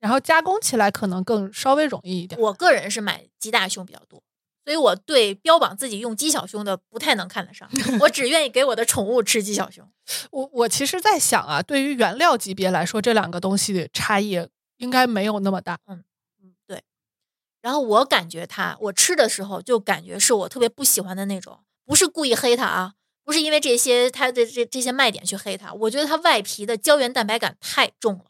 Speaker 2: 然后加工起来可能更稍微容易一点儿。
Speaker 3: 我个人是买鸡大胸比较多，所以我对标榜自己用鸡小胸的不太能看得上，我只愿意给我的宠物吃鸡小胸。
Speaker 2: 我我其实在想啊，对于原料级别来说，这两个东西的差异应该没有那么大。
Speaker 3: 嗯然后我感觉它，我吃的时候就感觉是我特别不喜欢的那种，不是故意黑它啊，不是因为这些它的这这些卖点去黑它，我觉得它外皮的胶原蛋白感太重了。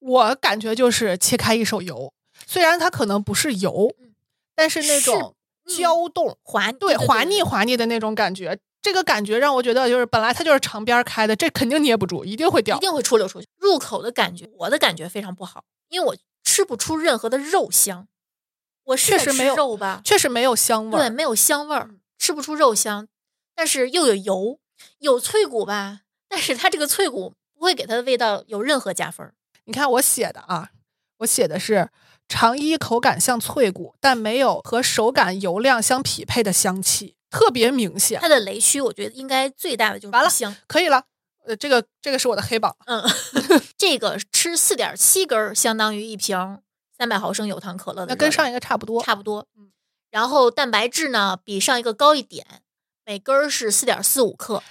Speaker 2: 我感觉就是切开一手油，虽然它可能不是油
Speaker 3: 嗯，
Speaker 2: 但是那
Speaker 3: 是嗯
Speaker 2: 种胶冻、
Speaker 3: 滑腻
Speaker 2: 对滑腻
Speaker 3: 对
Speaker 2: 滑腻的那种感觉。这个感觉让我觉得，就是本来它就是长边儿开的，这肯定捏不住，一定会掉
Speaker 3: 一。定会出溜出去。入口的感觉，我的感觉非常不好，因为我吃不出任何的肉香。我是
Speaker 2: 确
Speaker 3: 在
Speaker 2: 实
Speaker 3: 吃
Speaker 2: 没有
Speaker 3: 肉吧？
Speaker 2: 确实没有香味
Speaker 3: 对，
Speaker 2: 儿。嗯
Speaker 3: 没有香味儿，吃不出肉香，但是又有油，有脆骨吧，但是它这个脆骨不会给它的味道有任何加分儿。
Speaker 2: 你看我写的啊，我写的是肠衣口感像脆骨，但没有和手感油亮相匹配的香气。特别明显。
Speaker 3: 它的雷区，我觉得应该最大的就是
Speaker 2: 完了
Speaker 3: 不香。
Speaker 2: 可以了，呃，这个这个是我的黑榜，
Speaker 3: 嗯，这个吃四点七根儿，相当于一瓶三百毫升有糖可乐
Speaker 2: 那
Speaker 3: 的热量，
Speaker 2: 跟上一嗯个差不多。
Speaker 3: 差不多。然后蛋白质呢，比上一个高一点，每根儿是四点四 五克。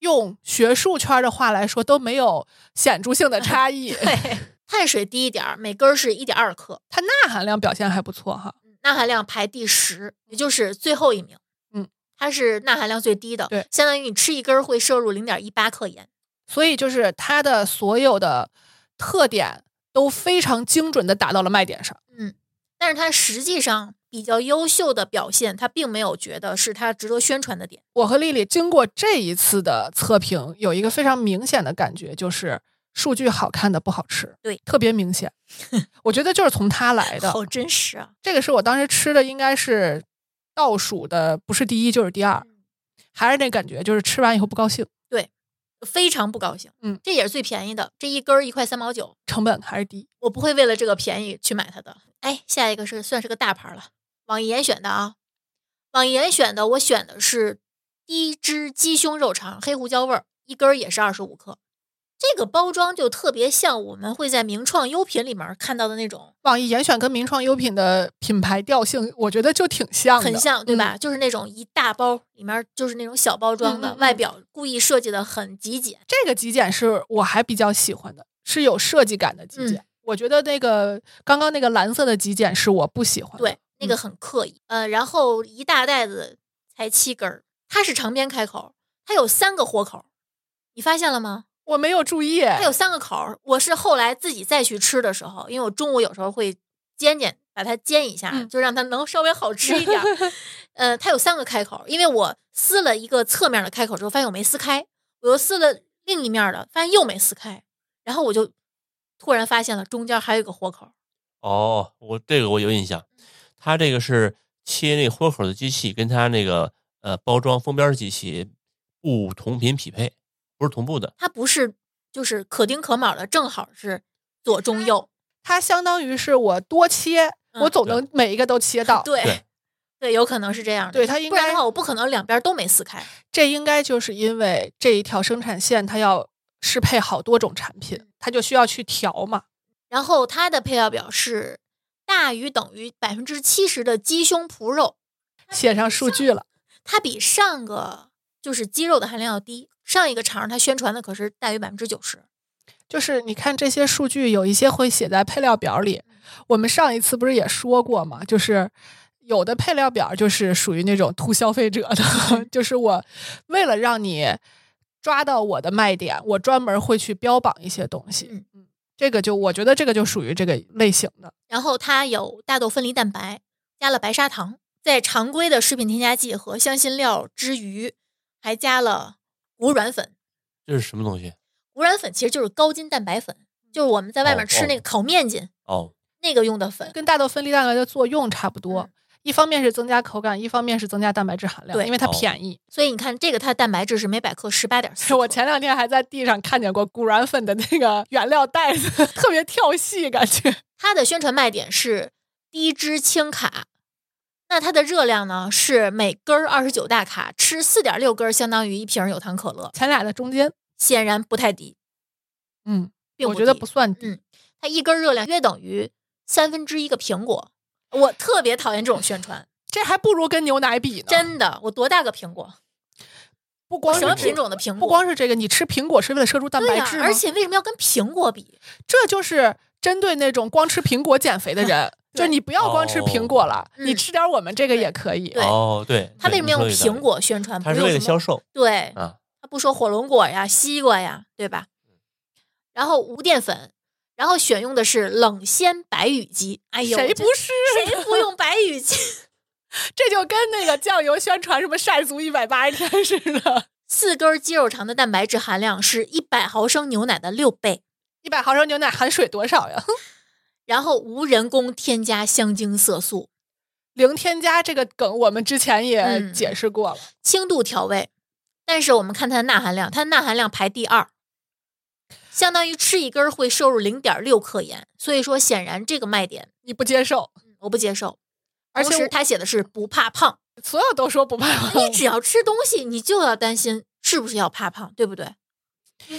Speaker 2: 用学术圈的话来说，都没有显著 性的差异。
Speaker 3: 对，碳水低一点儿，每根儿是一点二克，
Speaker 2: 它钠含量表现还不错哈。
Speaker 3: 钠含量排第十，也就是最后一名。
Speaker 2: 嗯，
Speaker 3: 它是钠含量最低的，
Speaker 2: 对
Speaker 3: 相当于你吃一根儿会摄入零点一八克盐。
Speaker 2: 所以就是它的所有的特点都非常精准的打到了卖点上。
Speaker 3: 但是它实际上比较优秀的表现，它并没有觉得是它值得宣传的点。
Speaker 2: 我和丽丽经过这一次的测评，有一个非常明显的感觉，就是数据好看的不好吃，
Speaker 3: 对，
Speaker 2: 特别明 显。我觉得就是从它来的，
Speaker 3: 好真实啊！
Speaker 2: 这个是我当时吃的，应该是倒数的，不是第一就是第
Speaker 3: 嗯
Speaker 2: 二，还是那感觉，就是吃完以后不高兴，
Speaker 3: 非常不高兴。
Speaker 2: 嗯，
Speaker 3: 这也是最便宜的，这一根儿一块三毛九，
Speaker 2: 成本还是低。
Speaker 3: 我不会为了这个便宜去买它的。哎，下一个是算是个大牌儿了，网易严选的啊，网易严选的我选的是低脂鸡胸肉肠，黑胡椒味儿，一根儿也是二十五克。这个包装就特别像我们会在名创优品里面儿看到的那种
Speaker 2: 网易严选跟名创优品的品牌调性，我觉得就挺像的，嗯
Speaker 3: 很像，对吧？就是那种一大包，里面就是那种小包装
Speaker 2: 嗯
Speaker 3: 的，
Speaker 2: 嗯嗯
Speaker 3: 外表故意设计的很极简。
Speaker 2: 这个极简是我还比较喜欢的，是有设计感的
Speaker 3: 嗯
Speaker 2: 极简。我觉得那个刚刚那个蓝色的极简是我不喜欢的。嗯
Speaker 3: 对，那个很刻意。呃，然后一大袋子才七根儿，它是长边开口，它有三个豁口，你发现了吗？
Speaker 2: 我没有注意，
Speaker 3: 它有三个口儿。我是后来自己再去吃的时候，因为我中午有时候会煎煎，把它煎一下，
Speaker 2: 嗯
Speaker 3: 就让它能稍微好吃一点儿。 呃，它有三个开口，因为我撕了一个侧面的开口之后，发现我没撕开，我又撕了另一面的，发现又没撕开，然后我就突然发现了中间还有一个豁口。
Speaker 4: 哦，我这个我有印象，它这个是切那豁口的机器跟它那个呃包装封边儿机器不同频匹配，不是同步的。
Speaker 3: 它不是就是可丁可卯的，正好是左中右。
Speaker 2: 它相当于是我多切，
Speaker 3: 嗯
Speaker 2: 我总能每一个都切到。
Speaker 3: 对
Speaker 4: 对
Speaker 3: 对有可能是这样的。
Speaker 2: 对它应
Speaker 3: 不然
Speaker 2: 该
Speaker 3: 的话，我不可能两边都没撕开。
Speaker 2: 这应该就是因为这一条生产线它要适配好多种产
Speaker 3: 嗯
Speaker 2: 品，它就需要去调嘛。
Speaker 3: 然后它的配料表是大于等于百分之七十的鸡胸脯肉，
Speaker 2: 写上数据了，
Speaker 3: 它比上个就是鸡肉的含量要低。上一个肠儿它宣传的可是大于百分之九十，
Speaker 2: 就是你看这些数据，有一些会写在配料表里。
Speaker 3: 嗯
Speaker 2: 我们上一次不是也说过嘛，就是有的配料表就是属于那种图消费者的， 就是我为了让你抓到我的卖点，我专门会去标榜一些东西。
Speaker 3: 嗯
Speaker 2: 嗯，这个就我觉得这个就属于这个类型的。
Speaker 3: 然后它有大豆分离蛋白，加了白砂糖，在常规的食品添加剂和香辛料之余，还加了谷软粉。
Speaker 4: 这是什么东西？
Speaker 3: 谷软粉其实就是高筋蛋白粉，
Speaker 2: 嗯
Speaker 3: 就是我们在外面
Speaker 4: 哦
Speaker 3: 吃那个烤面筋、
Speaker 4: 哦，
Speaker 3: 那个用的粉。
Speaker 2: 跟大豆分离蛋白的作用差不多
Speaker 3: 嗯。
Speaker 2: 一方面是增加口感，一方面是增加蛋白质含量，
Speaker 3: 对
Speaker 2: 因为它
Speaker 4: 哦
Speaker 2: 便宜。
Speaker 3: 所以你看，这个它的蛋白质是每百克十八点四。
Speaker 2: 我前两天还在地上看见过谷软粉的那个原料袋子， 特别跳戏，感觉。
Speaker 3: 它的宣传卖点是低脂轻卡，那它的热量呢是每根儿二十九大卡，吃四点六根儿相当于一瓶有糖可乐，
Speaker 2: 前俩的中间，
Speaker 3: 显然不太低，
Speaker 2: 嗯，
Speaker 3: 并
Speaker 2: 我觉得
Speaker 3: 低
Speaker 2: 不算低。
Speaker 3: 嗯它一根儿热量约等于三分之一个苹果。我特别讨厌这种宣
Speaker 4: 啊
Speaker 3: 传，
Speaker 2: 这还不如跟牛奶比呢。
Speaker 3: 真的，我多大个苹果？
Speaker 2: 不光是
Speaker 3: 什么
Speaker 2: 这
Speaker 3: 品，种的苹果？
Speaker 2: 不光是这个，你吃苹果是为了摄入蛋
Speaker 3: 对
Speaker 2: 白
Speaker 3: 呀、
Speaker 2: 质吗
Speaker 3: 而且为什么要跟苹果比？
Speaker 2: 这就是针对那种光吃苹果减肥的 人，就是你不要光吃苹果了，
Speaker 3: 哦
Speaker 2: 你
Speaker 3: 嗯
Speaker 2: 吃点我们这个也可以。
Speaker 3: 对
Speaker 4: 哦，对，
Speaker 3: 它为
Speaker 4: 对
Speaker 3: 什么
Speaker 4: 你
Speaker 3: 要用
Speaker 4: 说的有道
Speaker 3: 苹
Speaker 4: 理？
Speaker 3: 果宣传？
Speaker 4: 它
Speaker 3: 不
Speaker 4: 是为
Speaker 3: 用
Speaker 4: 了
Speaker 3: 什么
Speaker 4: 销售
Speaker 3: 对
Speaker 4: 啊。
Speaker 3: 他不说火龙果呀、西瓜呀，对吧？然后无淀粉，然后选用的是冷鲜白羽鸡。哎呦，
Speaker 2: 谁
Speaker 3: 我
Speaker 2: 不
Speaker 3: 真
Speaker 2: 是？啊
Speaker 3: 谁不用白羽鸡？
Speaker 2: 这就跟那个酱油宣传什么晒足一百八十天似 的，
Speaker 3: 四根鸡肉肠的蛋白质含量是一百毫升牛奶的六倍，
Speaker 2: 一百毫升牛奶含水多少呀？
Speaker 3: 然后无人工添加香精色素，
Speaker 2: 零添加这个梗我们之前也
Speaker 3: 嗯
Speaker 2: 解释过了，
Speaker 3: 轻度调味。但是我们看它的钠含量，它的钠含量排第二，相当于吃一根儿会摄入零点六克盐。所以说，显然这个卖点嗯
Speaker 2: 你不接受，
Speaker 3: 我不接受。
Speaker 2: 而
Speaker 3: 同
Speaker 2: 且
Speaker 3: 时
Speaker 2: 我
Speaker 3: 他写的是不怕胖，
Speaker 2: 所有都说不怕胖
Speaker 3: 你，只要吃东西，你就要担心是不是要怕胖，对不对？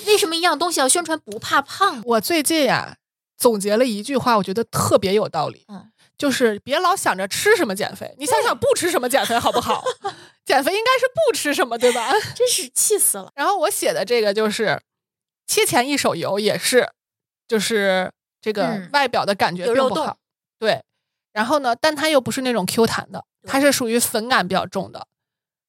Speaker 3: 为什么一样东西要宣传不怕胖？
Speaker 2: 我最近呀、总结了一句话，我觉得特别有道理，
Speaker 3: 嗯
Speaker 2: 就是别老想着吃什么减肥，你想想不吃什么减肥好不好？ 减肥应该是不吃什么，对吧？
Speaker 3: 真是气死了！
Speaker 2: 然后我写的这个就是切前一手油，也是，就是这个
Speaker 3: 嗯
Speaker 2: 外表的感觉
Speaker 3: 有
Speaker 2: 并
Speaker 3: 肉
Speaker 2: 不
Speaker 3: 洞
Speaker 2: 好，对。然后呢，但它又不是那种 Q 弹的，它是属于粉感比较重的，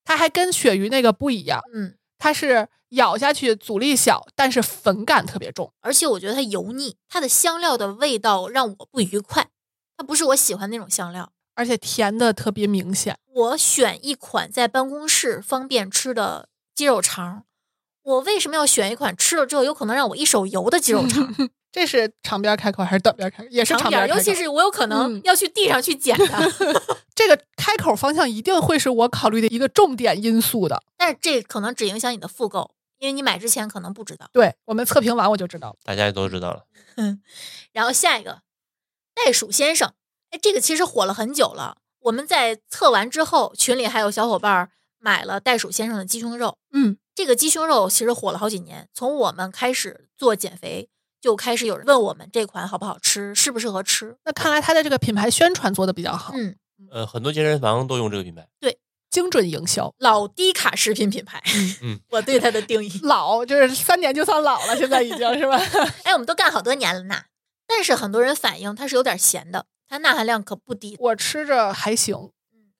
Speaker 2: 它还跟鳕鱼那个不一样，
Speaker 3: 嗯，
Speaker 2: 它是咬下去阻力小，但是粉感特别重。
Speaker 3: 而且我觉得它油腻，它的香料的味道让我不愉快，它不是我喜欢那种香料。
Speaker 2: 而且甜的特别明显，
Speaker 3: 我选一款在办公室方便吃的鸡肉肠，我为什么要选一款吃了之后有可能让我一手油的鸡肉肠？
Speaker 2: 这 是长边开口还是短边开口？也是
Speaker 3: 长
Speaker 2: 边开口，
Speaker 3: 尤其是我有可能
Speaker 2: 嗯
Speaker 3: 要去地上去捡它，
Speaker 2: 这个开口方向一定会是我考虑的一个重点因素的。
Speaker 3: 但是这可能只影响你的复购，因为你买之前可能不知道。
Speaker 2: 对我们测评完我就知道了，
Speaker 4: 大家也都知道了。
Speaker 3: 然后下一个，袋鼠先生，哎，这个其实火了很久了。我们在测完之后，群里还有小伙伴儿买了袋鼠先生的鸡胸肉。
Speaker 2: 嗯，
Speaker 3: 这个鸡胸肉其实火了好几年，从我们开始做减肥，就开始有人问我们这款好不好吃，适不适合吃。
Speaker 2: 那看来它的这个品牌宣传做的比较好，
Speaker 3: 嗯，
Speaker 4: 呃，很多健身房都用这个品牌，
Speaker 2: 精准营销。
Speaker 3: 老低卡食品品牌，
Speaker 4: 嗯，
Speaker 3: 我对它的 定义。
Speaker 2: 老就是三年就算老了，现在已经是吧？
Speaker 3: 哎，我们都干好多年了呢，但是很多人反映它是有点咸的，它钠含量可不低。
Speaker 2: 我吃着还行，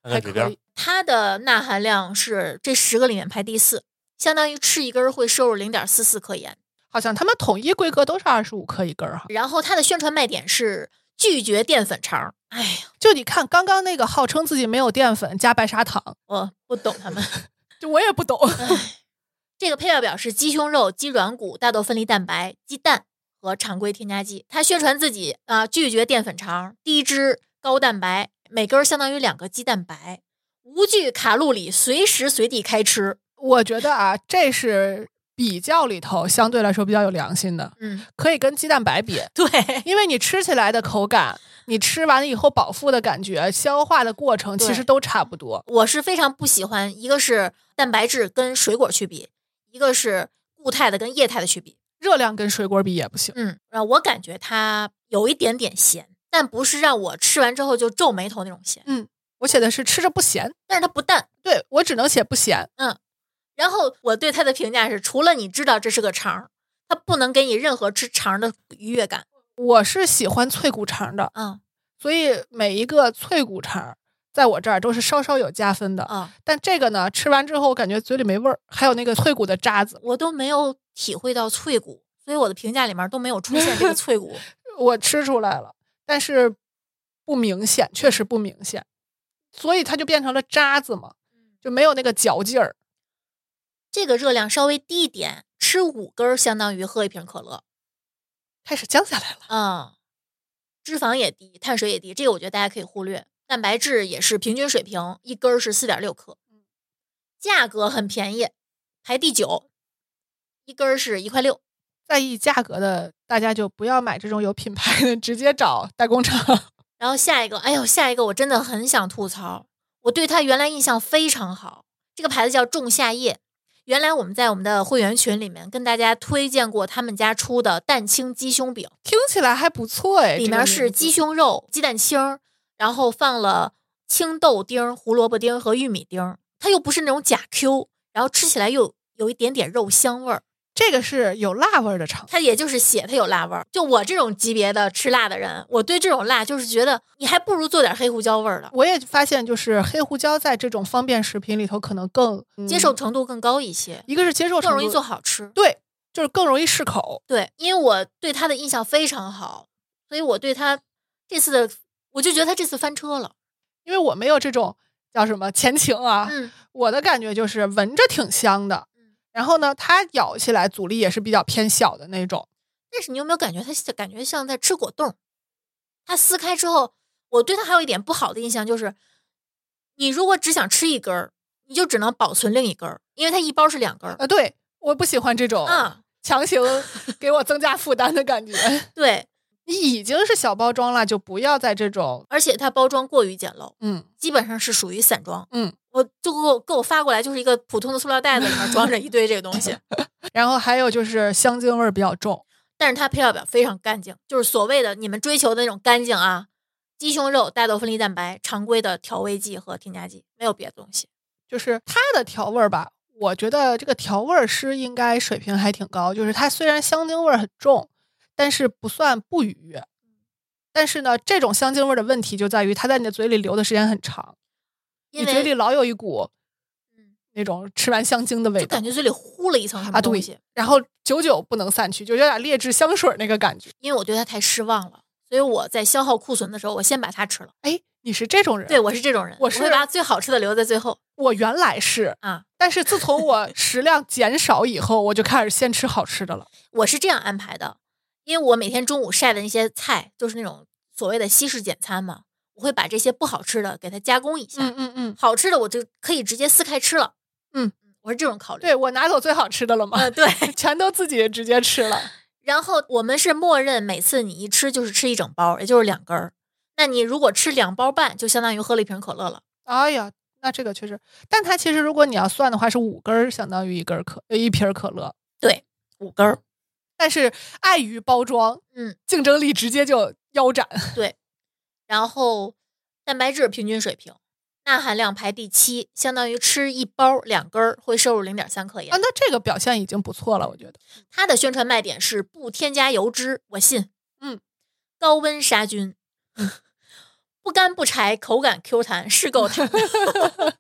Speaker 4: 看看
Speaker 2: 还
Speaker 4: 指标
Speaker 2: 可以，。
Speaker 3: 它的钠含量是这十个里面排第四，相当于吃一根儿会摄入零点四四克盐。
Speaker 2: 好像他们统一规格都是二十五克一根儿哈。
Speaker 3: 然后它的宣传卖点是拒绝淀粉肠。哎呀，
Speaker 2: 就你看刚刚那个号称自己没有淀粉加白砂糖，
Speaker 3: 我不懂他们。哎
Speaker 2: 就我也不懂。
Speaker 3: 这个配料表是鸡胸肉、鸡软骨、大豆分离蛋白、鸡蛋和常规添加剂。它宣传自己啊、拒绝淀粉肠、低脂、高蛋白，每根儿相当于两个鸡蛋白，无惧卡路里，随时随地开吃。
Speaker 2: 我觉得啊，这是比较里头相对来说比较有良心的，
Speaker 3: 嗯，
Speaker 2: 可以跟鸡蛋白比，
Speaker 3: 对，
Speaker 2: 因为你吃起来的口感，你吃完了以后饱腹的感觉，消化的过程其
Speaker 3: 对
Speaker 2: 实都差不多。
Speaker 3: 我是非常不喜欢，一个是蛋白质跟水果去比，一个是固态的跟液态的去比。
Speaker 2: 热量跟水果比也不行，
Speaker 3: 嗯，然后我感觉它有一点点咸，但不是让我吃完之后就皱眉头那种咸，
Speaker 2: 我写的是吃着不咸，
Speaker 3: 但是它不淡。
Speaker 2: 对我只能写不咸。
Speaker 3: 然后我对它的评价是，除了你知道这是个肠儿，它不能给你任何吃肠儿的愉悦感。
Speaker 2: 我是喜欢脆骨肠的，
Speaker 3: 嗯
Speaker 2: 所以每一个脆骨肠在我这儿都是稍稍有加分的。
Speaker 3: 啊、
Speaker 2: 但这个呢，吃完之后我感觉嘴里没味儿，还有那个脆骨的渣子。
Speaker 3: 我都没有体会到脆骨，所以我的评价里面都没有出现这个脆骨。
Speaker 2: 我吃出来了，但是不明显，确实不明显，所以它就变成了渣子嘛，就没有那个嚼劲儿。
Speaker 3: 这个热量稍微低一点，吃五根儿相当于喝一瓶可乐。
Speaker 2: 开始降下来了，
Speaker 3: 啊、脂肪也低，碳水也低，这个我觉得大家可以忽略。蛋白质也是平均水平，一根儿是四点六克，价格很便宜，排第九，一根儿是一块六。
Speaker 2: 在意价格的大家就不要买这种有品牌的，直接找代工厂。
Speaker 3: 然后下一个，哎呦，下一个我真的很想吐槽，我对它原来印象非常好，这个牌子叫仲夏夜。原来我们在我们的会员群里面跟大家推荐过他们家出的蛋清鸡胸饼，
Speaker 2: 听起来还不错哎，
Speaker 3: 里
Speaker 2: 这个名
Speaker 3: 面是
Speaker 2: 字
Speaker 3: 鸡胸肉、鸡蛋清儿，然后放了青豆丁儿、胡萝卜丁儿和玉米丁儿，它又不是那种假 Q，然后吃起来又有一点点肉香味儿，
Speaker 2: 这个是有辣味儿的肠，
Speaker 3: 它也就是写它有辣味儿。就我这种级别的吃辣的人，我对这种辣就是觉得你还不如做点黑胡椒味儿的，
Speaker 2: 我也发现就是黑胡椒在这种方便食品里头可能更、嗯
Speaker 3: 接受，程度更高一些，
Speaker 2: 一个是接受
Speaker 3: 更
Speaker 2: 程
Speaker 3: 容易
Speaker 2: 度
Speaker 3: 做，好吃。
Speaker 2: 对，就是更容易适口。
Speaker 3: 对，因为我对它的印象非常好，所以我对它这次的我就觉得它这次翻车了。
Speaker 2: 因为我没有这种叫什么前情啊，
Speaker 3: 嗯，
Speaker 2: 我的感觉就是闻着挺香的
Speaker 3: 嗯，
Speaker 2: 然后呢，它咬起来阻力也是比较偏小的那种。
Speaker 3: 但是你有没有感觉它像感觉像在吃果冻？它撕开之后，我对它还有一点不好的印象就是，你如果只想吃一根儿，你就只能保存另一根儿，因为它一包是两根儿。
Speaker 2: 呃，对，我不喜欢这种
Speaker 3: 啊，
Speaker 2: 强行给我增加负担的感觉。
Speaker 3: 对。
Speaker 2: 你已经是小包装了，就不要在这种
Speaker 3: 而且它包装过于简陋，
Speaker 2: 嗯
Speaker 3: 基本上是属于散装。
Speaker 2: 嗯。
Speaker 3: 我就给我给我发过来，就是一个普通的塑料袋子，里面装着一堆这个东 西，
Speaker 2: 然后还有就是香精味儿比较重，
Speaker 3: 但是它配料表非常干净，就是所谓的你们追求的那种干净啊，鸡胸肉、大豆分离蛋白、常规的调味剂和添加剂，没有别的东西。
Speaker 2: 就是它的调味儿吧，我觉得这个调味儿师应该水平还挺高。就是它虽然香精味儿很重，但是不算不愉悦。但是呢，这种香精味儿的问题就在于它在你的嘴里留的时间很长，你
Speaker 3: 因
Speaker 2: 嘴里
Speaker 3: 为
Speaker 2: 老有一股
Speaker 3: 嗯
Speaker 2: 那种吃完香精的味
Speaker 3: 就
Speaker 2: 道
Speaker 3: 感觉嘴里糊了一层什
Speaker 2: 啊，
Speaker 3: 么东西，
Speaker 2: 对，然后久久不能散去，就有点劣质香水儿那个感觉。
Speaker 3: 因为我对它太失望了，所以我在消耗库存的时候，我先把它吃了。
Speaker 2: 哎，你是这种人？
Speaker 3: 对我是这种人，
Speaker 2: 我
Speaker 3: 我
Speaker 2: 是
Speaker 3: 会把最好吃的留在最后
Speaker 2: 我原来是，
Speaker 3: 啊。
Speaker 2: 但是自从我食量减少以后，我就开始先吃好吃的 了。
Speaker 3: 我是这样安排的，因为我每天中午晒的那些菜，就是那种所谓的西式简餐嘛，我会把这些不好吃的给它加工一下，
Speaker 2: 嗯嗯，
Speaker 3: 好吃的我就可以直接撕开吃了。
Speaker 2: 嗯，
Speaker 3: 我是这种考虑。
Speaker 2: 对我拿走最好吃的了嘛。
Speaker 3: 呃，对。
Speaker 2: 全都自己直接吃了。
Speaker 3: 然后我们是默认每次你一吃就是吃一整包，也就是两根儿。那你如果吃两包半，就相当于喝了一瓶可乐了。
Speaker 2: 哎呀，那这个确实，但它其实如果你要算的话，是五根儿相当于一根儿可呃一瓶儿可乐，
Speaker 3: 五根儿。
Speaker 2: 但是碍于包装，
Speaker 3: 嗯，
Speaker 2: 竞争力直接就腰斩。
Speaker 3: 然后蛋白质平均水平，钠含量排第七，相当于吃一包两根儿会摄入零点三克
Speaker 2: 啊，
Speaker 3: 盐。
Speaker 2: 那这个表现已经不错了，我觉得。
Speaker 3: 它的宣传卖点是不添加油脂，我信。
Speaker 2: 嗯，
Speaker 3: 高温杀菌，嗯不干不柴，口感 Q 弹，是够弹的。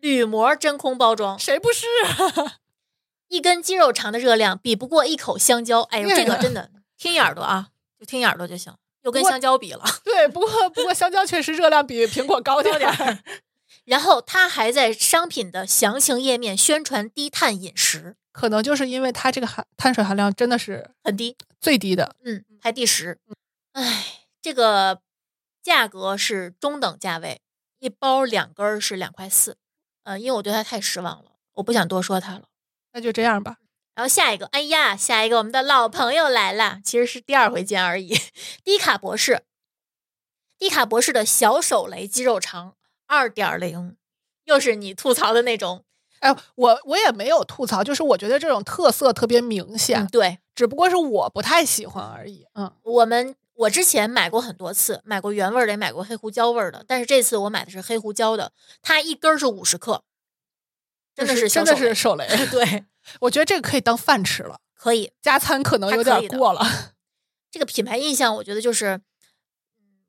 Speaker 3: 铝膜真空包装，
Speaker 2: 谁不是啊？
Speaker 3: 一根鸡肉肠的热量比不过一口香蕉。哎呦，这个真的，听一耳朵啊，就听一耳朵就行，又跟
Speaker 2: 我
Speaker 3: 香蕉比了。
Speaker 2: 对，不过不过香蕉确实热量比苹果高点 儿。
Speaker 3: 然后它还在商品的详情页面宣传低碳饮食，
Speaker 2: 可能就是因为它这个含碳水含量真的是
Speaker 3: 很低，
Speaker 2: 最低的，
Speaker 3: 嗯，排第十。哎，这个价格是中等价位，一包两根儿是两块四。呃，因为我对它太失望了，我不想多说它了。
Speaker 2: 那就这样吧。
Speaker 3: 然后下一个，哎呀，下一个我们的老朋友来啦，其实是第二回见而已。迪卡博士，迪卡博士的小手雷肌肉肠二点零，又是你吐槽的那种，
Speaker 2: 哎，我我也没有吐槽，就是我觉得这种特色特别明显，
Speaker 3: 嗯，对，
Speaker 2: 只不过是我不太喜欢而已。嗯，
Speaker 3: 我们我之前买过很多次，买过原味儿的，也买过黑胡椒味儿的，但是这次我买的是黑胡椒的，它一根儿是五十克，真的
Speaker 2: 就是真
Speaker 3: 小
Speaker 2: 的
Speaker 3: 手雷
Speaker 2: 是手雷。
Speaker 3: 对，
Speaker 2: 我觉得这个可以当饭吃了，
Speaker 3: 可以。
Speaker 2: 加餐可能
Speaker 3: 还
Speaker 2: 有
Speaker 3: 可
Speaker 2: 点
Speaker 3: 以的
Speaker 2: 过了。
Speaker 3: 这个品牌印象，我觉得就是，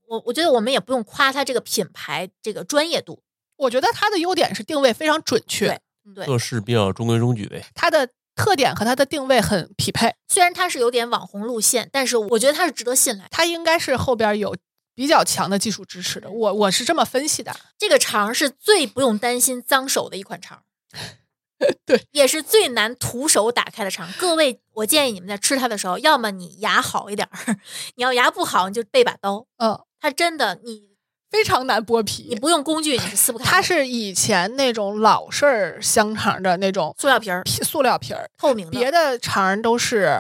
Speaker 3: 我我觉得我们也不用夸它这个品牌这个专业度，
Speaker 2: 我觉得它的优点是定位非常准确
Speaker 3: 对，
Speaker 2: 嗯
Speaker 3: 对，
Speaker 4: 做事比较中规中矩呗。
Speaker 2: 它的特点和它的定位很匹配，
Speaker 3: 虽然它是有点网红路线，但是我觉得它是值得信赖。
Speaker 2: 它应该是后边有比较强的技术支持的。我我是这么分析的，，
Speaker 3: 这个肠是最不用担心脏手的一款肠
Speaker 2: 对，
Speaker 3: 也是最难徒手打开的肠。各位，我建议你们在吃它的时候，要么你牙好一点儿， 你要牙不好，你就备把刀。
Speaker 2: 嗯，
Speaker 3: 它真的，你
Speaker 2: 非常难剥
Speaker 3: 你
Speaker 2: 皮。
Speaker 3: 不用工具，你是撕不开的。
Speaker 2: 它是以前那种老式儿香肠的那种
Speaker 3: 塑料皮儿，
Speaker 2: 皮塑料皮儿，
Speaker 3: 透明的，
Speaker 2: 别的肠儿都是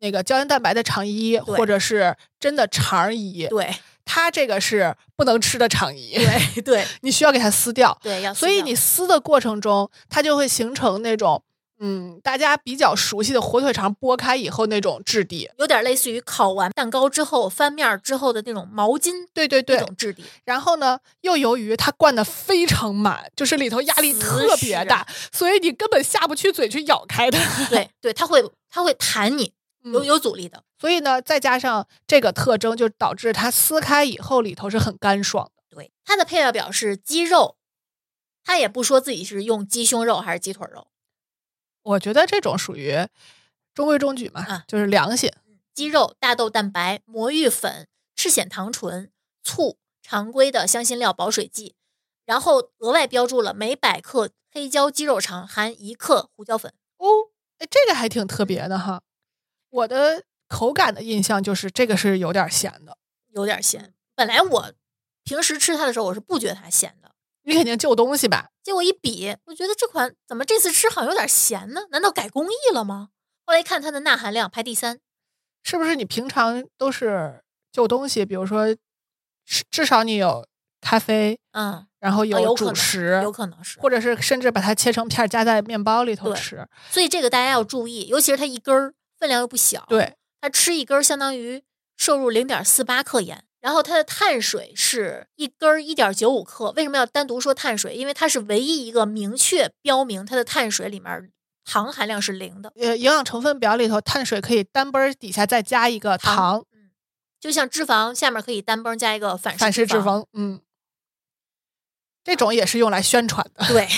Speaker 2: 那个胶原蛋白的肠衣，或者是真的肠衣。
Speaker 3: 对
Speaker 2: 它这个是不能吃的肠衣，
Speaker 3: 对对
Speaker 2: 你需要给它撕掉。
Speaker 3: 对，要撕
Speaker 2: 所以
Speaker 3: 掉
Speaker 2: 你撕的过程中，它就会形成那种嗯，大家比较熟悉的火腿肠剥开以后那种质地。
Speaker 3: 有点类似于烤完蛋糕之后翻面儿之后的那种毛巾
Speaker 2: 对对
Speaker 3: 那
Speaker 2: 对，
Speaker 3: 种质地，
Speaker 2: 然后呢，又由于它灌的非常满，就是里头压力
Speaker 3: 死
Speaker 2: 特别
Speaker 3: 是
Speaker 2: 大，所以你根本下不去嘴去咬开它。
Speaker 3: 对对，它会它会弹你，有
Speaker 2: 嗯
Speaker 3: 有阻力的。
Speaker 2: 所以呢，再加上这个特征，就导致它撕开以后里头是很干爽的。
Speaker 3: 对，它的配料表是鸡肉，它也不说自己是用鸡胸肉还是鸡腿肉，
Speaker 2: 我觉得这种属于中规中矩嘛，
Speaker 3: 啊
Speaker 2: 就是良心。
Speaker 3: 鸡肉、大豆蛋白、魔芋粉、赤藓糖醇、醋、常规的香辛料、保水剂，然后额外标注了每百克黑椒鸡肉肠含一克胡椒粉。
Speaker 2: 哦，哎，这个还挺特别的哈。我的口感的印象就是这个是有点咸的，
Speaker 3: 有点咸。本来我平时吃它的时候，我是不觉得它咸的，
Speaker 2: 你肯定旧东西吧？
Speaker 3: 结果一比，我觉得这款怎么这次吃好像有点咸呢？难道改工艺了吗？后来一看它的钠含量排第三，
Speaker 2: 是不是你平常都是就东西，比如说，至至少你有咖啡，
Speaker 3: 嗯，
Speaker 2: 然后
Speaker 3: 啊有可
Speaker 2: 主
Speaker 3: 能
Speaker 2: 食，
Speaker 3: 有可能是。
Speaker 2: 或者是甚至把它切成片儿夹在面包里头
Speaker 3: 对
Speaker 2: 吃。
Speaker 3: 所以这个大家要注意，尤其是它一根儿分量又不小，，
Speaker 2: 对，
Speaker 3: 它吃一根儿相当于摄入零点四八克盐，然后它的碳水是一根儿一点九五克。为什么要单独说碳水？因为它是唯一一个明确标明它的碳水里面糖含量是零的，
Speaker 2: 呃，营养成分表里头碳水可以单杯儿底下再加一个
Speaker 3: 糖嗯
Speaker 2: 糖，
Speaker 3: 就像脂肪下面可以单蹦加一个反
Speaker 2: 反
Speaker 3: 式
Speaker 2: 式脂
Speaker 3: 肪。
Speaker 2: 肪，嗯，这种也是用来宣传的，
Speaker 3: 对，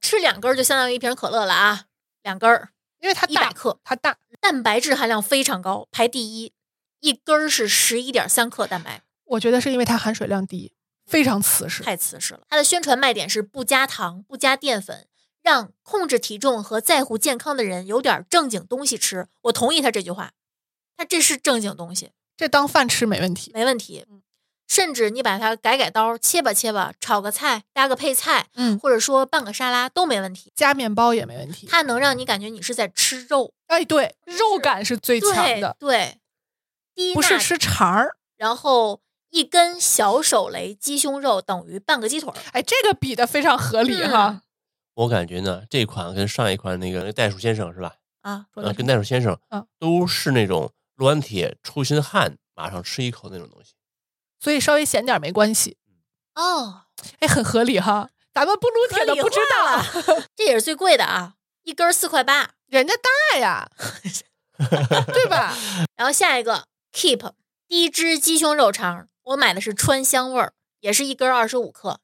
Speaker 3: 吃两根儿就相当于一瓶可乐了啊，两根儿
Speaker 2: 因为它
Speaker 3: 一百
Speaker 2: 大，
Speaker 3: 克，
Speaker 2: 它大，
Speaker 3: 蛋白质含量非常高，排第一，一根儿是十一点三克蛋白。
Speaker 2: 我觉得是因为它含水量低，非常瓷实。
Speaker 3: 太瓷实了。它的宣传卖点是不加糖、不加淀粉，让控制体重和在乎健康的人有点正经东西吃。我同意他这句话，他这是正经东西，
Speaker 2: 这当饭吃没问题，
Speaker 3: 没问题。
Speaker 2: 嗯
Speaker 3: 甚至你把它改改刀，切吧切吧，炒个菜，搭个配菜，
Speaker 2: 嗯，
Speaker 3: 或者说拌个沙拉都没问题。
Speaker 2: 加面包也没问题。
Speaker 3: 它能让你感觉你是在吃肉，
Speaker 2: 哎，对，肉感是最强
Speaker 3: 对
Speaker 2: 的，
Speaker 3: 对，低
Speaker 2: 不是
Speaker 3: 钠
Speaker 2: 吃肠儿。
Speaker 3: 然后一根小手雷鸡胸肉等于半个鸡腿儿。
Speaker 2: 哎，这个比的非常合理
Speaker 3: 嗯
Speaker 2: 哈。
Speaker 4: 我感觉呢，这款跟上一款那个袋鼠先生是吧？
Speaker 3: 啊，
Speaker 2: 说
Speaker 4: 呃，
Speaker 2: 的
Speaker 4: 跟袋鼠先生
Speaker 2: 嗯
Speaker 4: 都是那种撸完铁出一身汗，马上吃一口那种东西。
Speaker 2: 所以稍微咸点儿没关系，
Speaker 3: 哦，
Speaker 2: 哎，很合理哈。咱们不撸铁的不知道，
Speaker 3: 道，这也是最贵的啊，一根四块八。
Speaker 2: 人家大 呀，对吧？
Speaker 3: 然后下一个 Keep 低脂鸡胸肉肠，我买的是川香味儿，也是一根二十五克。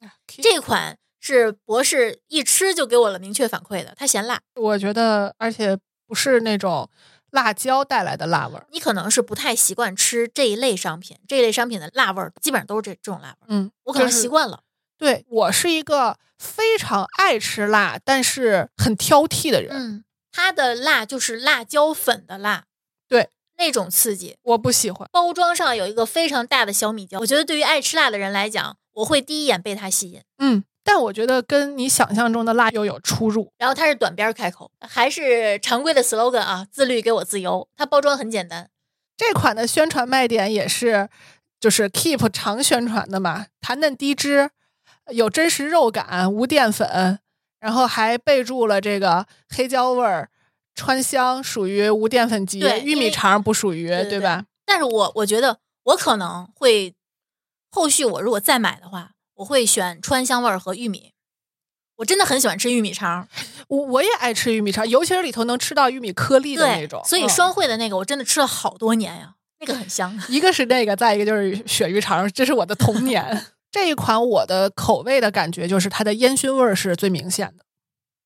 Speaker 3: 这款是博士一吃就给我了明确反馈的，他嫌辣，
Speaker 2: 我觉得，而且不是那种辣椒带来的辣味儿。
Speaker 3: 你可能是不太习惯吃这一类商品，这一类商品的辣味儿基本上都是这这种辣味儿，
Speaker 2: 嗯，
Speaker 3: 我可能
Speaker 2: 就是
Speaker 3: 习惯了。
Speaker 2: 对我是一个非常爱吃辣，但是很挑剔的人，
Speaker 3: 嗯，它的辣就是辣椒粉的辣，
Speaker 2: 对
Speaker 3: 那种刺激，
Speaker 2: 我不喜欢。
Speaker 3: 包装上有一个非常大的小米椒，我觉得对于爱吃辣的人来讲，我会第一眼被它吸引。
Speaker 2: 嗯，但我觉得跟你想象中的辣又有出入。
Speaker 3: 然后它是短边儿开口，还是常规的 slogan 啊，自律给我自由。它包装很简单，
Speaker 2: 这款的宣传卖点也是，就是 Keep 常宣传的嘛，弹嫩低脂，有真实肉感，无淀粉，然后还备注了这个黑椒味儿、川香属于无淀粉级
Speaker 3: 对，
Speaker 2: 玉
Speaker 3: 因
Speaker 2: 米
Speaker 3: 为
Speaker 2: 肠不属于，
Speaker 3: 对对
Speaker 2: 吧？
Speaker 3: 但是我我觉得我可能会，后续我如果再买的话，我会选川香味儿和玉米。我真的很喜欢吃玉米肠，
Speaker 2: 我我也爱吃玉米肠，尤其是里头能吃到玉米颗粒的那
Speaker 3: 对
Speaker 2: 种。，
Speaker 3: 所以
Speaker 2: 嗯
Speaker 3: 双汇的那个我真的吃了好多年呀、那个很香。
Speaker 2: 一个是那个，再一个就是鳕鱼肠，这是我的童 年。这一款我的口味的感觉就是它的烟熏味儿是最明显的。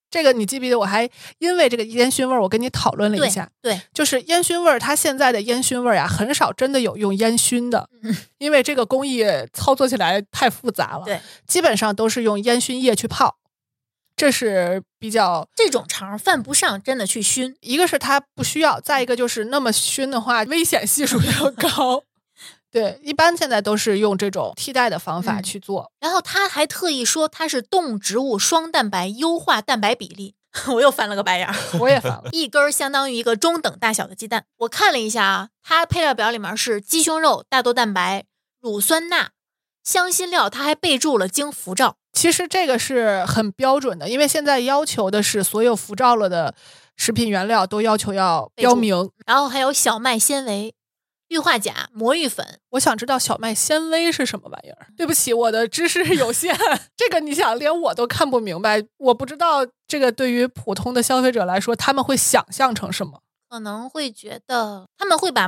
Speaker 2: 这个你记不记得？我还因为这个烟熏味儿，我跟你讨论了
Speaker 3: 对
Speaker 2: 一下，
Speaker 3: 对，
Speaker 2: 就是烟熏味儿，它现在的烟熏味儿呀，很少真的有用烟熏的，
Speaker 3: 嗯
Speaker 2: 因为这个工艺操作起来太复杂了。
Speaker 3: 对，
Speaker 2: 基本上都是用烟熏液去泡，这是比较
Speaker 3: 这种肠儿犯不上真的去熏，
Speaker 2: 一个是它不需要，再一个就是那么熏的话，危险系数要高。 对，一般现在都是用这种替代的方法
Speaker 3: 嗯
Speaker 2: 去做。
Speaker 3: 然后他还特意说它是动植物双蛋白优化蛋白比例， 我又翻了个白眼儿。 ，
Speaker 2: 我也烦了
Speaker 3: 一根儿相当于一个中等大小的鸡蛋。我看了一下啊，它配料表里面是鸡胸肉、大豆蛋白、乳酸钠、香辛料，它还备注了经辐照。
Speaker 2: 其实这个是很标准的，因为现在要求的是所有辐照了的食品原料都要求要
Speaker 3: 备注
Speaker 2: 标明。
Speaker 3: 然后还有小麦纤维、氯化钾、魔芋粉。
Speaker 2: 我想知道小麦纤维是什么玩意儿？对不起，我的知识有限， 这个你想，连我都看不明白。我不知道这个对于普通的消费者来说，他们会想象成什么？
Speaker 3: 可能会觉得他们会把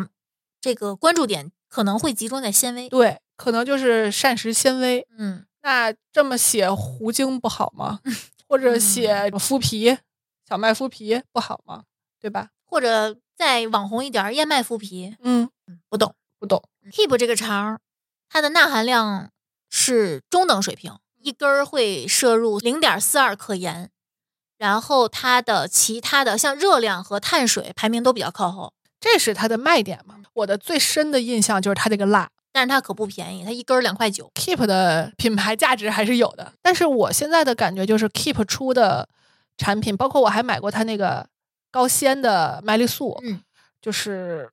Speaker 3: 这个关注点可能会集中在纤维。
Speaker 2: 对，可能就是膳食纤维。
Speaker 3: 嗯，
Speaker 2: 那这么写糊精不好吗？ 或者写麸皮、小麦麸皮不好吗？对吧？
Speaker 3: 或者再网红一点儿，燕麦麸皮。
Speaker 2: 嗯，
Speaker 3: 不懂，
Speaker 2: 不懂。
Speaker 3: Keep 这个肠儿，它的钠含量是中等水平，一根儿会摄入零点四二克盐，然后它的其他的像热量和碳水排名都比较靠后，
Speaker 2: 这是它的卖点嘛？我的最深的印象就是它这个辣
Speaker 3: 但是它可不便宜，它一根儿两块九。
Speaker 2: ，Keep 的品牌价值还是有的。但是我现在的感觉就是 Keep 出的产品，包括我还买过它那个高纤的麦丽素，
Speaker 3: 嗯，
Speaker 2: 就是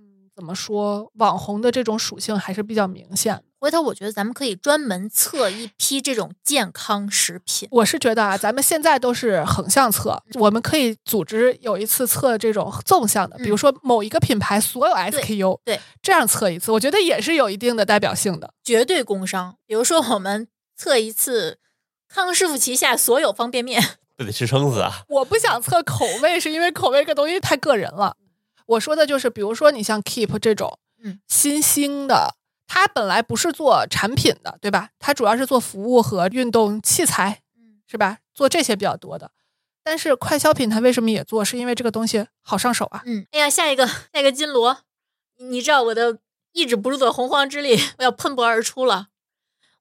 Speaker 2: 嗯怎么说网红的这种属性还是比较明显的。
Speaker 3: 回头我觉得咱们可以专门测一批这种健康食品。
Speaker 2: 我是觉得啊，咱们现在都是横向测，我们可以组织有一次测这种纵向的，比如
Speaker 3: 嗯
Speaker 2: 说某一个品牌所有 SKU，
Speaker 3: 对
Speaker 2: 这样测一次，我觉得也是有一定的代表性的。
Speaker 3: 绝对工伤。比如说，我们测一次康师傅旗下所有方便面，
Speaker 4: 这得吃撑死 啊！
Speaker 2: 我不想测口味，是因为口味这个东西太个人了。我说的就是，比如说你像 Keep 这种，
Speaker 3: 嗯，
Speaker 2: 新兴的，它本来不是做产品的，对吧？它主要是做服务和运动器材，
Speaker 3: 嗯，
Speaker 2: 是吧？做这些比较多的。但是快消品它为什么也做？是因为这个东西好上手啊。
Speaker 3: 嗯，哎呀，下一个下一个金锣，你知道我的抑制不住的洪荒之力，我要喷薄而出了。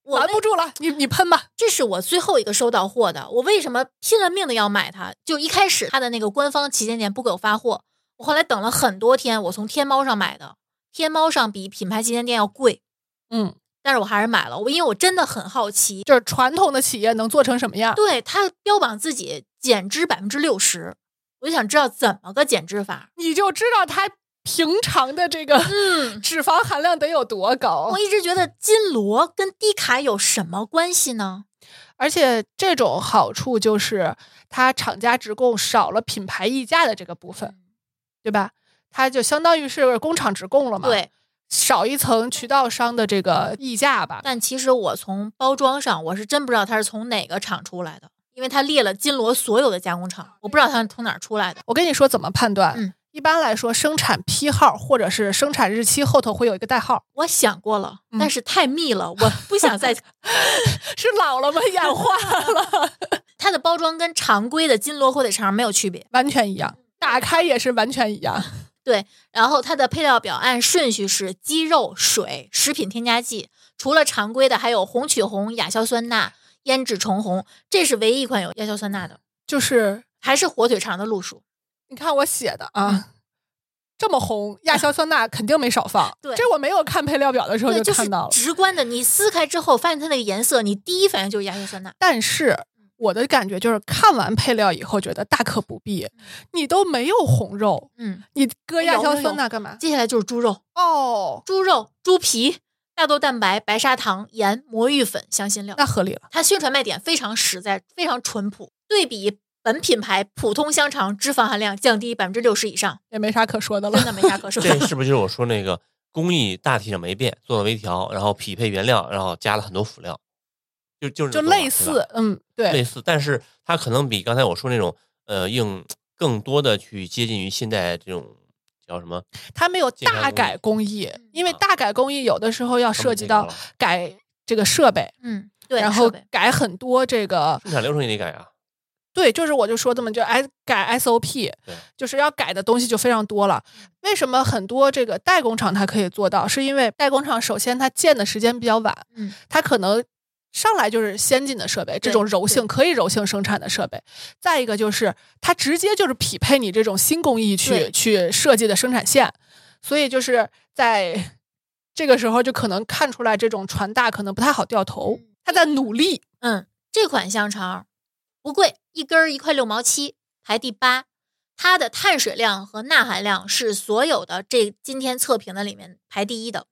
Speaker 3: 我
Speaker 2: 拦
Speaker 3: 为
Speaker 2: 不住了，你你喷吧。
Speaker 3: 啊这是我最后一个收到货的，我为什么拼了命的要买它？就一开始它的那个官方旗舰店不给我发货，我后来等了很多天，我从天猫上买的，天猫上比品牌旗舰店要贵，
Speaker 2: 嗯，
Speaker 3: 但是我还是买了，我因为我真的很好奇，
Speaker 2: 就是传统的企业能做成什么样？
Speaker 3: 对它标榜自己减脂百分之六十，我就想知道怎么个减脂法。
Speaker 2: 你就知道它平常的这个
Speaker 3: 嗯，
Speaker 2: 脂肪含量得有多高
Speaker 3: 我。哦一直觉得金锣跟低卡有什么关系呢？
Speaker 2: 而且这种好处就是它厂家直供少了品牌溢价的这个部分，
Speaker 3: 嗯
Speaker 2: 对吧？它就相当于是工厂直供了嘛，，
Speaker 3: 对，
Speaker 2: 少一层渠道商的这个溢价吧。
Speaker 3: 但其实我从包装上，我是真不知道它是从哪个厂出来的，因为它列了金锣所有的加工厂，我不知道它是从哪儿出来的。
Speaker 2: 我跟你说怎么判断，
Speaker 3: 嗯
Speaker 2: 一般来说生产批号或者是生产日期后头会有一个代号，
Speaker 3: 我想过了，
Speaker 2: 嗯
Speaker 3: 但是太密了，我不想再。
Speaker 2: 是老 了吗？眼花了，
Speaker 3: 它的包装跟常规的金锣火腿肠没有区别，
Speaker 2: 完全一样，打开也是完全一样。
Speaker 3: 然后它的配料表按顺序是鸡肉、水、食品添加剂，除了常规的还有红曲红、亚硝酸钠、胭脂虫红，这是唯一一款有亚硝酸钠的，
Speaker 2: 就是
Speaker 3: 还是火腿肠的路数。
Speaker 2: 你看我写的啊。这么红，亚硝酸钠肯定没少放。
Speaker 3: 对
Speaker 2: 这我没有看配料表的时候
Speaker 3: 对，就是
Speaker 2: 看到了。
Speaker 3: 直观的，你撕开之后发现它那个颜色，你第一反应就是亚硝酸钠。
Speaker 2: 但是我的感觉就是，看完配料以后觉得大可不必。你都没有红肉，
Speaker 3: 嗯，
Speaker 2: 你搁亚
Speaker 3: 有
Speaker 2: 硝
Speaker 3: 有
Speaker 2: 酸钠干嘛？
Speaker 3: 接下来就是猪肉，
Speaker 2: 哦，
Speaker 3: 猪肉、猪皮、大豆蛋白、白砂糖、盐、魔芋粉、香辛料
Speaker 2: 那。合理了。
Speaker 3: 它宣传卖点非常实在，非常淳朴。对比本品牌普通香肠，脂肪含量降低百分之六十以上，
Speaker 2: 也没啥可说的
Speaker 3: 真
Speaker 2: 了。
Speaker 3: 的没啥可说
Speaker 4: 这
Speaker 3: 的。
Speaker 4: 是不是就是我说那个工艺大体上没变，做了微调，然后匹配原料，然后加了很多辅料，就就 是
Speaker 2: 就
Speaker 4: 这么做
Speaker 2: 类
Speaker 4: 对吧
Speaker 2: 似，嗯，对，
Speaker 4: 类似，但是它可能比刚才我说那种呃硬更多的去接近于现代这种叫什么
Speaker 2: 它没有
Speaker 4: 健康
Speaker 2: 大
Speaker 4: 工艺
Speaker 2: 改工艺
Speaker 3: 嗯，
Speaker 2: 因为大改工艺有的时候要涉及到
Speaker 4: 他们这
Speaker 2: 改这个设备，
Speaker 3: 嗯，对。
Speaker 2: 然后
Speaker 3: 设备
Speaker 2: 改很多这个
Speaker 4: 生产流程也得改啊。
Speaker 2: 对，就是我就说这么就 S 改 SOP，
Speaker 4: 对
Speaker 2: 就是要改的东西就非常多了。
Speaker 3: 嗯
Speaker 2: 为什么很多这个代工厂它可以做到？是因为代工厂首先它建的时间比较晚，
Speaker 3: 嗯，
Speaker 2: 它可能上来就是先进的设备，这
Speaker 3: 对
Speaker 2: 种柔性
Speaker 3: 对
Speaker 2: 可以柔性生产的设备。再一个就是它直接就是匹配你这种新工艺去
Speaker 3: 对
Speaker 2: 去设计的生产线，所以就是在这个时候就可能看出来这种船大可能不太好掉头
Speaker 3: 嗯，
Speaker 2: 它在努力。
Speaker 3: 嗯，这款香肠不贵，一根儿一块六毛七，排第八。它的碳水量和钠含量是所有的这今天测评的里面排第一的，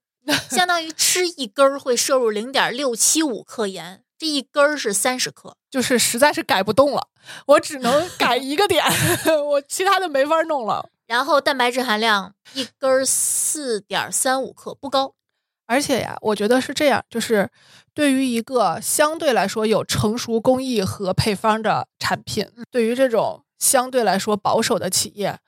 Speaker 3: 相当于吃一根儿会摄入零点六七五克盐，这一根儿是三十克。
Speaker 2: 就是实在是改不动了，我只 能改一个点，我其他的没法弄了。
Speaker 3: 然后蛋白质含量一根儿四点三五克，不高。
Speaker 2: 而且呀，我觉得是这样，就是对于一个相对来说有成熟工艺和配方的产品，对于这种相对来说保守的企业，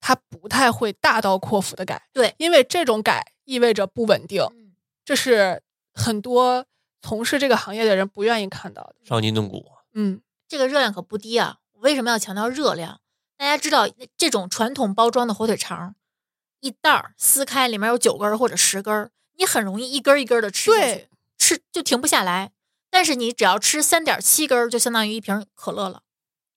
Speaker 2: 它不太会大刀阔斧的改，
Speaker 3: 对
Speaker 2: 因为这种改意味着不稳定，
Speaker 3: 嗯，
Speaker 2: 这是很多从事这个行业的人不愿意看到的。
Speaker 4: 伤筋动骨，
Speaker 2: 嗯，
Speaker 3: 这个热量可不低啊！我为什么要强调热量？大家知道，这种传统包装的火腿肠，一袋儿撕开里面有九根儿或者十根儿，你很容易一根儿一根儿的吃下去
Speaker 2: 对，，
Speaker 3: 吃就停不下来。但是你只要吃三点七根儿，就相当于一瓶可乐了。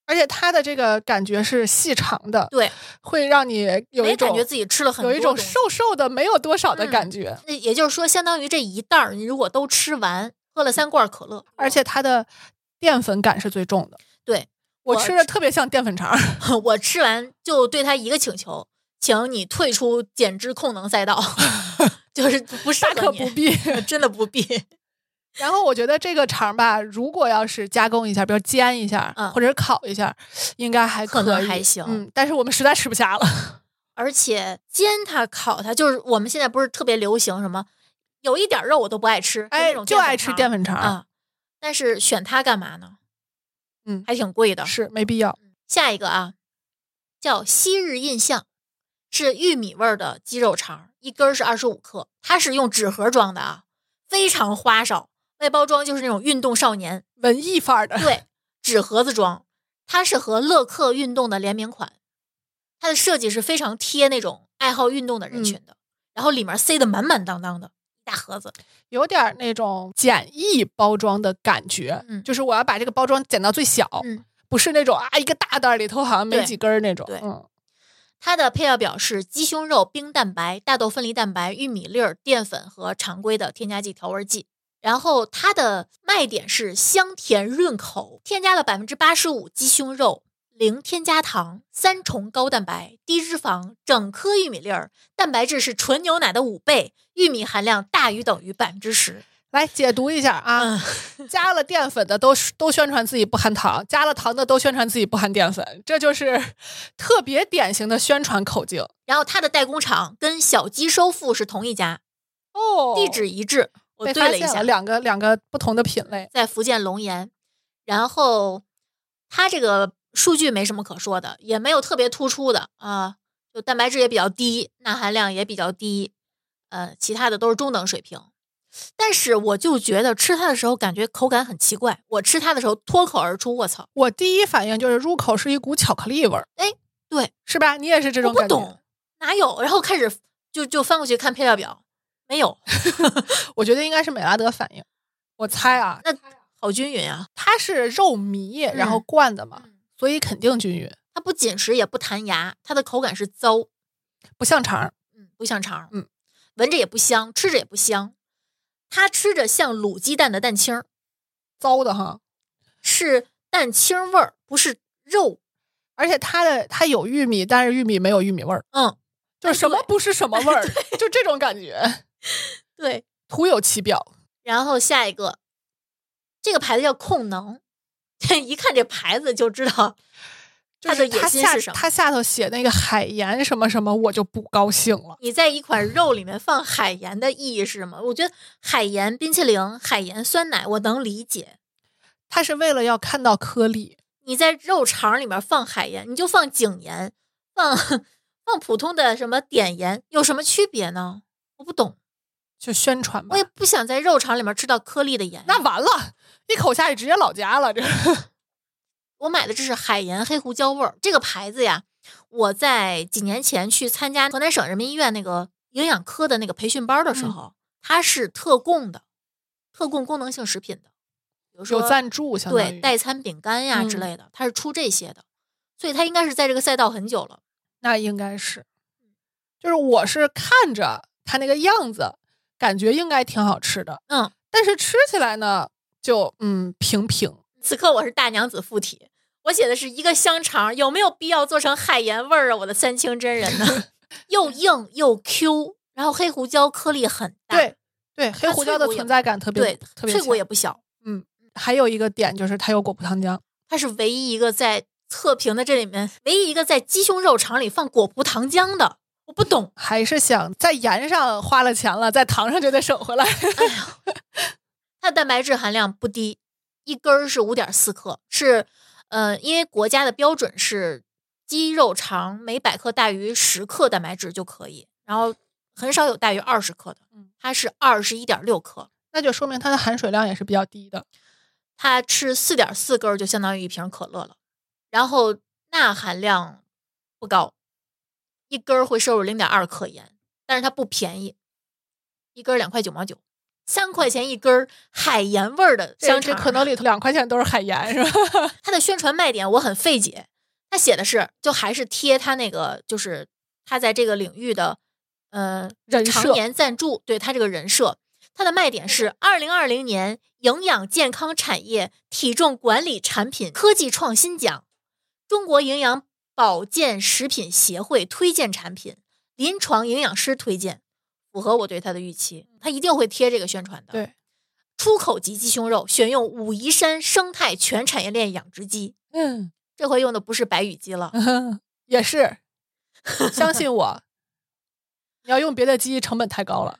Speaker 2: 而且它的这个感觉是细长的，
Speaker 3: 对，
Speaker 2: 会让你有一
Speaker 3: 没
Speaker 2: 种
Speaker 3: 感觉自己吃了很多嗯
Speaker 2: 有一种
Speaker 3: 东西
Speaker 2: 瘦瘦的没有多少的感觉，
Speaker 3: 那也就是说，相当于这一袋儿，你如果都吃完，喝了三罐可乐，
Speaker 2: 而且它的淀粉感是最重的。
Speaker 3: 对
Speaker 2: 我
Speaker 3: 我
Speaker 2: 吃着特别像淀粉肠儿，
Speaker 3: 我吃完就对他一个请求，请你退出减脂控能赛道， 就是不适
Speaker 2: 大
Speaker 3: 合
Speaker 2: 可
Speaker 3: 你
Speaker 2: 不，必。
Speaker 3: 真的不必。
Speaker 2: 然后我觉得这个肠吧，如果要是加工一下，比如煎一下，
Speaker 3: 嗯
Speaker 2: 或者是烤一下，应该还可
Speaker 3: 可
Speaker 2: 以，
Speaker 3: 能还行
Speaker 2: 嗯，但是我们实在吃不下了。
Speaker 3: 而且煎它、烤它，就是我们现在不是特别流行什么，有一点肉我都不爱吃，那
Speaker 2: 哎
Speaker 3: 种，
Speaker 2: 就爱吃淀
Speaker 3: 粉
Speaker 2: 粉肠，
Speaker 3: 肠啊。但是选它干嘛呢？
Speaker 2: 嗯
Speaker 3: 还挺贵的。
Speaker 2: 是没必要。
Speaker 3: 下一个啊，叫昔日印象，是玉米味儿的鸡肉肠，一根儿是二十五克，它是用纸盒装的啊，非常花哨，外包装就是那种运动少年，
Speaker 2: 文艺范儿的，
Speaker 3: 对，纸盒子装，它是和乐客运动的联名款，它的设计是非常贴那种爱好运动的人群的，然后里面塞得满满当当的一大盒子，
Speaker 2: 有点儿那种简易包装的感觉，
Speaker 3: 嗯
Speaker 2: 就是我要把这个包装减到最小，
Speaker 3: 嗯
Speaker 2: 不是那种啊一个大袋儿里头好像没
Speaker 3: 对
Speaker 2: 几根儿那种，
Speaker 3: 对
Speaker 2: 嗯，
Speaker 3: 它的配料表是鸡胸肉、冰蛋白、大豆分离蛋白、玉米粒儿、淀粉和常规的添加剂、调味剂。然后它的卖点是香甜润口，添加了百分之八十五鸡胸肉，零添加糖，三重高蛋白、低脂肪，整颗玉米粒儿，蛋白质是纯牛奶的五倍，玉米含量大于等于百分之十。
Speaker 2: 来解读一下啊，
Speaker 3: 嗯
Speaker 2: 加了淀粉的都都宣传自己不含糖，加了糖的都宣传自己不含淀粉，这就是 特别典型的宣传口径
Speaker 3: 然后它的代工厂跟小鸡收复是同一家，
Speaker 2: 哦。
Speaker 3: 地址一致。我
Speaker 2: 被
Speaker 3: 对
Speaker 2: 发
Speaker 3: 了一
Speaker 2: 现
Speaker 3: 下，
Speaker 2: 两个两个不同的品类，
Speaker 3: 在福建龙岩，然后它这个数据没什么可说的，也没有特别突出的啊，就蛋白质也比较低，钠含量也比较低，呃，其他的都是中等水平。但是我就觉得吃它的时候感觉口感很奇怪，我吃它的时候脱口而出，我操，
Speaker 2: 我第一反应就是入口是一股巧克力味儿，
Speaker 3: 哎，对，
Speaker 2: 是吧？你也是这
Speaker 3: 我
Speaker 2: 种
Speaker 3: 不
Speaker 2: 感觉，
Speaker 3: 懂哪有，然后开始就就翻过去看配料表，没有，
Speaker 2: 我觉得应该是美拉德反应，我猜啊，
Speaker 3: 那好均匀啊，
Speaker 2: 它是肉糜然后灌的嘛，
Speaker 3: 嗯
Speaker 2: 所以肯定均匀，
Speaker 3: 它不紧实也不弹牙，它的口感是糟，
Speaker 2: 不像肠儿。
Speaker 3: 嗯，不像肠，
Speaker 2: 嗯，
Speaker 3: 闻着也不香，吃着也不香。它吃着像卤鸡蛋的蛋清儿，
Speaker 2: 糟的哈。
Speaker 3: 是蛋清味儿，不是肉。
Speaker 2: 而且它的它有玉米，但是玉米没有玉米味儿，
Speaker 3: 嗯，
Speaker 2: 就是什么
Speaker 3: 对
Speaker 2: 不是什么味儿，就这种感觉，
Speaker 3: 对。
Speaker 2: 徒有其表。
Speaker 3: 然后下一个，这个牌子叫控能， 一看这牌子就知道
Speaker 2: 就
Speaker 3: 它
Speaker 2: 是
Speaker 3: 的野
Speaker 2: 它
Speaker 3: 心
Speaker 2: 下
Speaker 3: 是什么
Speaker 2: 它下头写那个海盐什么什么，我就不高兴了。
Speaker 3: 你在一款肉里面放海盐的意义是什么？我觉得海盐冰淇淋、海盐酸奶我能理解，
Speaker 2: 它是为了要看到颗粒，
Speaker 3: 你在肉肠里面放海盐，你就放井盐，放 放普通的什么碘盐，有什么区别呢？我不懂，
Speaker 2: 就宣传吧
Speaker 3: 我也。不想在肉肠里面吃到颗粒的盐。
Speaker 2: 那完了，一口下去直接老家了，这
Speaker 3: 我买的这是海盐黑胡椒味儿这个牌子呀，我在几年前去参加河南省人民医院那个营养科的那个培训班的时
Speaker 2: 嗯
Speaker 3: 候，它是特供的，特供功能性食品的，比如说
Speaker 2: 有赞助相当
Speaker 3: 对
Speaker 2: 于。
Speaker 3: 代餐饼干呀之
Speaker 2: 嗯
Speaker 3: 类的，它是出这些的，所以它应该是在这个赛道很久了。
Speaker 2: 那应该是，就是我是看着它那个样子，感觉应该挺好吃的，
Speaker 3: 嗯，
Speaker 2: 但是吃起来呢，就嗯平平。
Speaker 3: 此刻我是大娘子附体，我写的是一个香肠，有没有必要做成海盐味儿啊？我的三清真人呢， 又硬又 Q，然后黑胡椒颗粒很大，
Speaker 2: 对对，黑
Speaker 3: 它
Speaker 2: 胡
Speaker 3: 脆
Speaker 2: 椒的
Speaker 3: 骨也
Speaker 2: 存
Speaker 3: 不
Speaker 2: 在感特别
Speaker 3: 对，
Speaker 2: 特别
Speaker 3: 脆骨
Speaker 2: 强
Speaker 3: 也不小，
Speaker 2: 还有一个点就是它有果葡糖浆，，
Speaker 3: 它是唯一一个在测评的这里面唯一一个在鸡胸肉肠里放果葡糖浆的，我不懂
Speaker 2: 还是想在盐上花了钱了，在糖上就得省回来。
Speaker 3: 哎呀，它的蛋白质含量不低，一根儿是五点四克，是呃，因为国家的标准是鸡肉肠每百克大于十克蛋白质就可以，然后很少有大于二十克的
Speaker 2: 嗯，
Speaker 3: 它是二十一点六克，
Speaker 2: 那就说明它的含水量也是比较低的。
Speaker 3: 它吃四点四根儿就相当于一瓶可乐了，然后钠含量不高，一根儿会摄入零点二克盐，但是它不便宜，一根儿两块九毛九，三块钱一根儿海盐味儿的
Speaker 2: 这
Speaker 3: 香
Speaker 2: 这
Speaker 3: 肠，
Speaker 2: 可能里头两块钱都是海盐，是吧？
Speaker 3: 它的宣传卖点我很费解，它写的是就还是贴它那个就是它在这个领域的呃
Speaker 2: 人
Speaker 3: 常
Speaker 2: 设
Speaker 3: 年赞助，对它这个人设，它的卖点是二零二零年营养健康产业体重管理产品科技创新奖，中国营养保健食品协会推荐产品，临床营养师推荐，符合我对它的预期，它一定会贴这个宣传
Speaker 2: 嗯
Speaker 3: 的。
Speaker 2: 对，
Speaker 3: 出口级鸡胸肉选用武夷山生态全产业链养殖鸡，
Speaker 2: 嗯，
Speaker 3: 这回用的不是白羽鸡了，
Speaker 2: 也是，相信我，你要用别的鸡，成本太高了。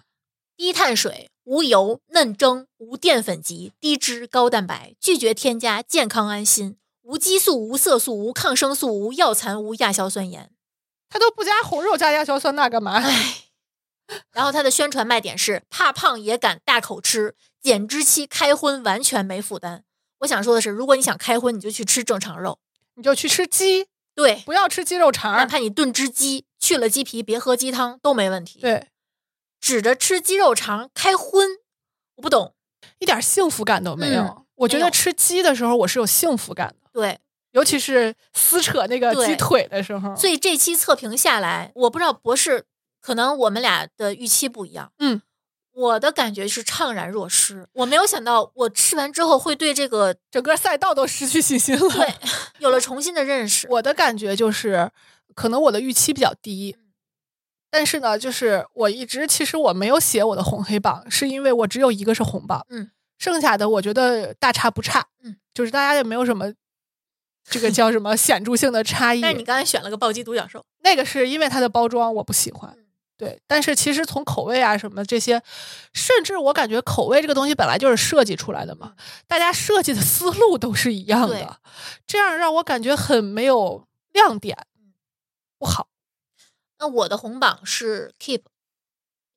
Speaker 3: 低碳水、无油、嫩蒸、无淀粉级、低脂、高蛋白，拒绝添加，健康安心，无激素、无色素、无抗生素、无药残、无亚硝酸盐。
Speaker 2: 它都不加红肉加亚硝酸钠干嘛？
Speaker 3: 然后它的宣传卖点是怕胖也敢大口吃，减脂期开荤完全没负担。我想说的是，如果你想开荤，你就去吃正常肉，
Speaker 2: 你就去吃鸡，
Speaker 3: 对，
Speaker 2: 不要吃鸡肉肠
Speaker 3: 哪
Speaker 2: 儿。
Speaker 3: 怕你炖只鸡，去了鸡皮，别喝鸡汤都没问题。，
Speaker 2: 对，
Speaker 3: 指着吃鸡肉肠开荤，我不懂。
Speaker 2: 一点幸福感都没有。
Speaker 3: 嗯
Speaker 2: 我觉
Speaker 3: 没
Speaker 2: 得
Speaker 3: 有
Speaker 2: 吃鸡的时候，我是有幸福感的，
Speaker 3: 对，
Speaker 2: 尤其是撕扯那个
Speaker 3: 对
Speaker 2: 鸡腿的时候。
Speaker 3: 所以这期测评下来，我不知道博士，可能我们俩的预期不一样。
Speaker 2: 嗯，
Speaker 3: 我的感觉是怅然若失，我没有想到我吃完之后会对这 个
Speaker 2: 整个赛道都失去信心了。
Speaker 3: 对有了重新的认识。
Speaker 2: 我的感觉就是，可能我的预期比较低，
Speaker 3: 嗯
Speaker 2: 但是呢，就是我一直其实我没有写我的红黑榜，是因为我只有一个是红榜，
Speaker 3: 嗯，
Speaker 2: 剩下的我觉得大差不差，
Speaker 3: 嗯，
Speaker 2: 就是大家也没有什么这个叫什么显著性的差异。
Speaker 3: 但是你刚才选了个暴击独角兽，
Speaker 2: 那个是因为它的包装我不喜欢
Speaker 3: 嗯。
Speaker 2: 对，但是其实从口味啊什么这些，甚至我感觉口味这个东西本来就是设计出来的嘛，大家设计的思路都是一样
Speaker 3: 嗯对
Speaker 2: 的，这样让我感觉很没有亮点，
Speaker 3: 嗯
Speaker 2: 不好
Speaker 3: 那我的红榜是 keep，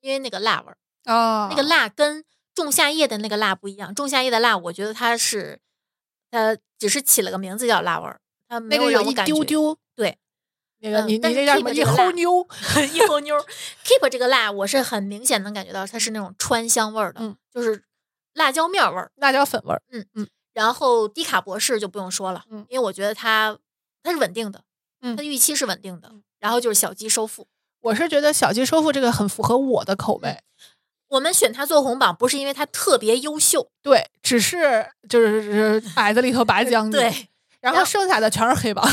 Speaker 3: 因为那个辣味儿，
Speaker 2: 啊
Speaker 3: 那个辣跟仲夏夜的那个辣不一样。仲夏夜的辣，我觉得它是，它只是起了个名字叫辣味儿，它没
Speaker 2: 那个
Speaker 3: 让
Speaker 2: 有
Speaker 3: 我
Speaker 2: 一
Speaker 3: 感
Speaker 2: 丢
Speaker 3: 觉
Speaker 2: 丢，
Speaker 3: 对，
Speaker 2: 那个
Speaker 3: 嗯
Speaker 2: 你你
Speaker 3: 但是
Speaker 2: 那叫什
Speaker 3: keep
Speaker 2: 么
Speaker 3: 这
Speaker 2: 一
Speaker 3: 个
Speaker 2: 齁
Speaker 3: 辣
Speaker 2: 妞，
Speaker 3: 一头妞儿 keep 这个辣，我是很明显能感觉到它是那种川香味儿的，
Speaker 2: 嗯
Speaker 3: 就是辣椒面儿味儿。
Speaker 2: 辣椒粉味儿，
Speaker 3: 然后低卡博士就不用说了，
Speaker 2: 嗯
Speaker 3: 因为我觉得它它是稳定的，
Speaker 2: 嗯
Speaker 3: 它的预期是稳定的。然后就是小鸡收腹，
Speaker 2: 我是觉得小鸡收腹这个很符合我的口
Speaker 3: 嗯
Speaker 2: 味，
Speaker 3: 我们选它做红榜不是因为它特别优秀，
Speaker 2: 对，只是就是矮子里头拔将军，
Speaker 3: 呃对
Speaker 2: 然
Speaker 3: 然
Speaker 2: 后
Speaker 3: 后
Speaker 2: 剩下的全是 黑榜，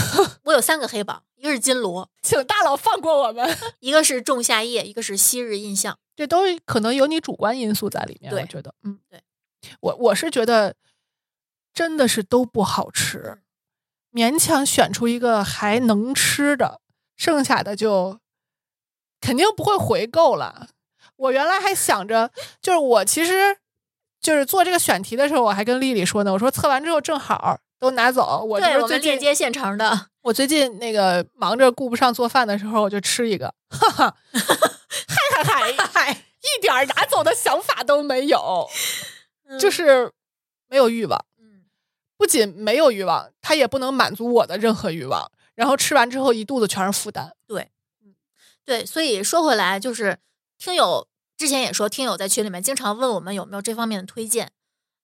Speaker 3: 我有三个黑榜，一个是金锣，
Speaker 2: 请大佬放过我们。
Speaker 3: 一个是仲夏夜，一个是昔日印象。
Speaker 2: 这都可能有你主观因素在里面。我
Speaker 3: 对
Speaker 2: 觉得，嗯，
Speaker 3: 对，
Speaker 2: 我我是觉得真的是都不好吃，勉强选出一个还能吃的，剩下的就肯定不会回购了。我原来还想着，就是我其实就是做这个选题的时候，我还跟丽丽说呢，我说测完之后正好都拿走，我就
Speaker 3: 对
Speaker 2: 是
Speaker 3: 我
Speaker 2: 最
Speaker 3: 们
Speaker 2: 近
Speaker 3: 链接现成的，
Speaker 2: 我最近那个忙着顾不上做饭的时候，我就吃一个，哈哈，嗨嗨嗨嗨，一点儿拿走的想法都没有，就
Speaker 3: 嗯
Speaker 2: 是没有欲望。
Speaker 3: 嗯
Speaker 2: 不仅没有欲望，它也不能满足我的任何欲望。然后吃完之后，一肚子全是负担。
Speaker 3: 对，所以说回来就是听友之前也说，听友在群里面经常问我们有没有这方面的推荐。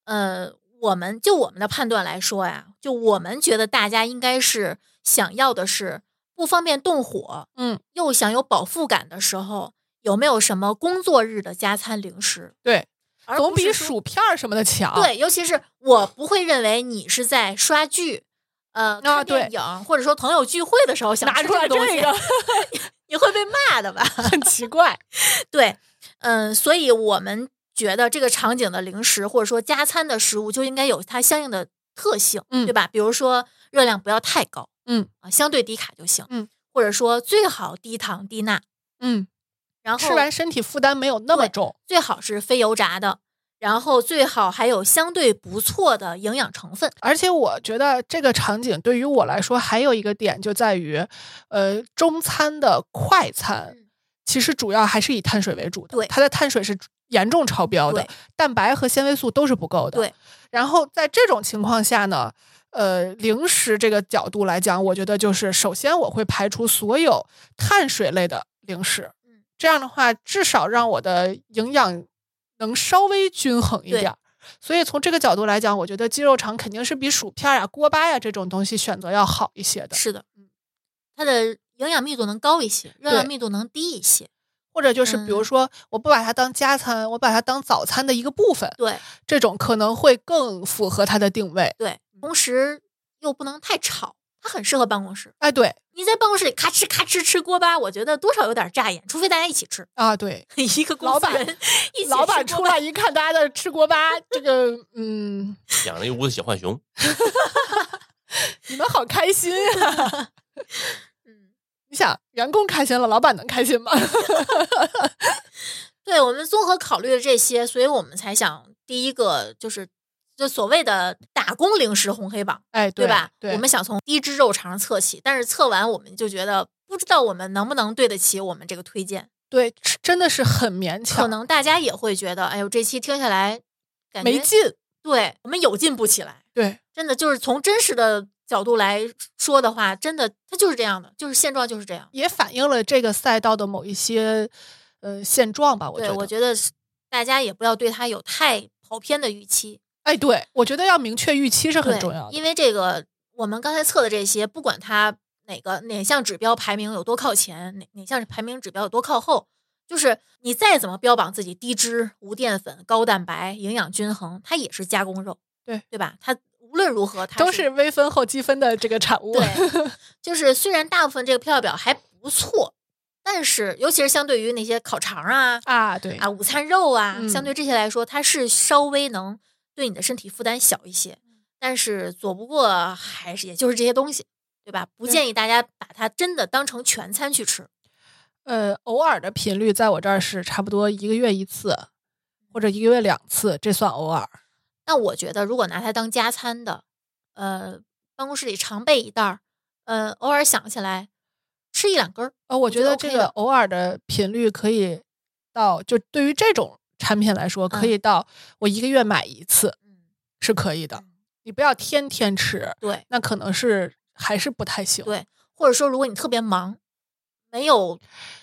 Speaker 3: 呃，我们就我们的判断来说呀，就我们觉得大家应该是想要的是不方便动火，
Speaker 2: 嗯，
Speaker 3: 又想有饱腹感的时候，有没有什么工作日的加餐零食？
Speaker 2: 对，
Speaker 3: 而
Speaker 2: 总
Speaker 3: 不是
Speaker 2: 比
Speaker 3: 说
Speaker 2: 薯片儿什么的强。，
Speaker 3: 对，尤其是我不会认为你是在刷剧。呃，
Speaker 2: 啊
Speaker 3: 看电
Speaker 2: 对
Speaker 3: 影或者说朋友聚会的时候想
Speaker 2: 拿
Speaker 3: 吃
Speaker 2: 出来
Speaker 3: 东西
Speaker 2: 这个，
Speaker 3: 你会被骂的吧？
Speaker 2: 很奇怪。
Speaker 3: 对，嗯，所以我们觉得这个场景的零食或者说加餐的食物就应该有它相应的特性，
Speaker 2: 嗯
Speaker 3: 对吧？比如说热量不要太高，
Speaker 2: 嗯
Speaker 3: 啊，相对低卡就行，
Speaker 2: 嗯，
Speaker 3: 或者说最好低糖低钠，
Speaker 2: 嗯，
Speaker 3: 然后
Speaker 2: 吃完身体负担没有那么
Speaker 3: 对
Speaker 2: 重。
Speaker 3: 最好是非油炸的，然后最好还有相对不错的营养成分，
Speaker 2: 而且我觉得这个场景对于我来说还有一个点就在于，呃，中餐的快餐
Speaker 3: 嗯
Speaker 2: 其实主要还是以碳水为主的，
Speaker 3: 对
Speaker 2: 它的碳水是严重超标的
Speaker 3: 对，
Speaker 2: 蛋白和纤维素都是不够的。
Speaker 3: 对，
Speaker 2: 然后在这种情况下呢，呃，零食这个角度来讲，我觉得就是首先我会排除所有碳水类的零食
Speaker 3: 嗯，
Speaker 2: 这样的话至少让我的营养能稍微均衡一
Speaker 3: 对
Speaker 2: 点儿。所以从这个角度来讲，我觉得鸡肉肠肯定是比薯片呀、锅巴呀这种东西选择要好一些的，
Speaker 3: 是的，它的营养密度能高一些，热量
Speaker 2: 对
Speaker 3: 密度能低一些，
Speaker 2: 或者就是比如
Speaker 3: 嗯
Speaker 2: 说，我不把它当加餐，我把它当早餐的一个部分，
Speaker 3: 对
Speaker 2: 这种可能会更符合它的定位。
Speaker 3: 对，同时又不能太吵。它很适合办公室。
Speaker 2: 哎，对
Speaker 3: 你在办公室里咔哧咔哧吃锅巴，我觉得多少有点扎眼，除非大家一起吃，
Speaker 2: 啊，对，
Speaker 3: 一个公
Speaker 2: 老
Speaker 3: 司
Speaker 2: 板
Speaker 3: 人一起
Speaker 2: 老板
Speaker 3: 吃
Speaker 2: 出
Speaker 3: 锅巴
Speaker 2: 来一看，大家在这吃锅巴，这个嗯，
Speaker 4: 养了一屋子小浣熊，
Speaker 2: 你们好开心啊！
Speaker 3: 嗯，
Speaker 2: 你想，员工开心了，老板能开心吗？
Speaker 3: 对我们综合考虑了这些，所以我们才想第一个就是就所谓的打工零食红黑榜，
Speaker 2: 哎，
Speaker 3: 对吧？
Speaker 2: 对，
Speaker 3: 我们想从低脂肉肠测起，但是测完我们就觉得不知道我们能不能对得起我们这个推荐，
Speaker 2: 对吃真的是很勉
Speaker 3: 可
Speaker 2: 强，
Speaker 3: 能大家也会觉得，哎呦，这期听下来感觉
Speaker 2: 没劲。
Speaker 3: 对我们有进步起来，
Speaker 2: 对，
Speaker 3: 真的就是从真实的角度来说的话，真的它就是这样的，就是现状就是这样。
Speaker 2: 也反映了这个赛道的某一些呃现状吧。我觉得，
Speaker 3: 对，我觉得是大家也不要对它有太跑偏的预期，
Speaker 2: 哎，对，我觉得要明确预期是
Speaker 3: 对，
Speaker 2: 很重要的。
Speaker 3: 因为这个，我们刚才测的这些，不管它哪个哪项指标排名有多靠前，哪哪项排名指标有多靠后，就是你再怎么标榜自己低脂、无淀粉、高蛋白、营养均衡，它也是加工肉，
Speaker 2: 对
Speaker 3: 对吧？它无论如何，它
Speaker 2: 都
Speaker 3: 是
Speaker 2: 是微分后积分的这个产物。
Speaker 3: 对，就是虽然大部分这个票表还不错，但是尤其是相对于那些烤肠啊。
Speaker 2: 啊，对
Speaker 3: 啊，午餐肉啊，
Speaker 2: 嗯
Speaker 3: 相对这些来说，它是稍微能对你的身体负担小一些，
Speaker 2: 嗯
Speaker 3: 但是左不过还是也就是这些东西，对吧？不
Speaker 2: 对
Speaker 3: 建议大家把它真的当成全餐去吃。
Speaker 2: 呃，偶尔的频率在我这儿是差不多一个月一次，或者一个月两次，这算偶尔。
Speaker 3: 那我觉得，如果拿它当加餐的，呃，办公室里常备一袋儿，呃，偶尔想起来吃一两根儿，
Speaker 2: 呃，我觉
Speaker 3: 觉得
Speaker 2: 得这
Speaker 3: OK
Speaker 2: 个
Speaker 3: 的
Speaker 2: 偶尔的频率可以到，就对于这种产品来说，可以到我一个月买一次
Speaker 3: 嗯，
Speaker 2: 是可以的。你不要天天吃，
Speaker 3: 对
Speaker 2: 那可能是还是不太行。
Speaker 3: 对，或者说如果你特别忙，没有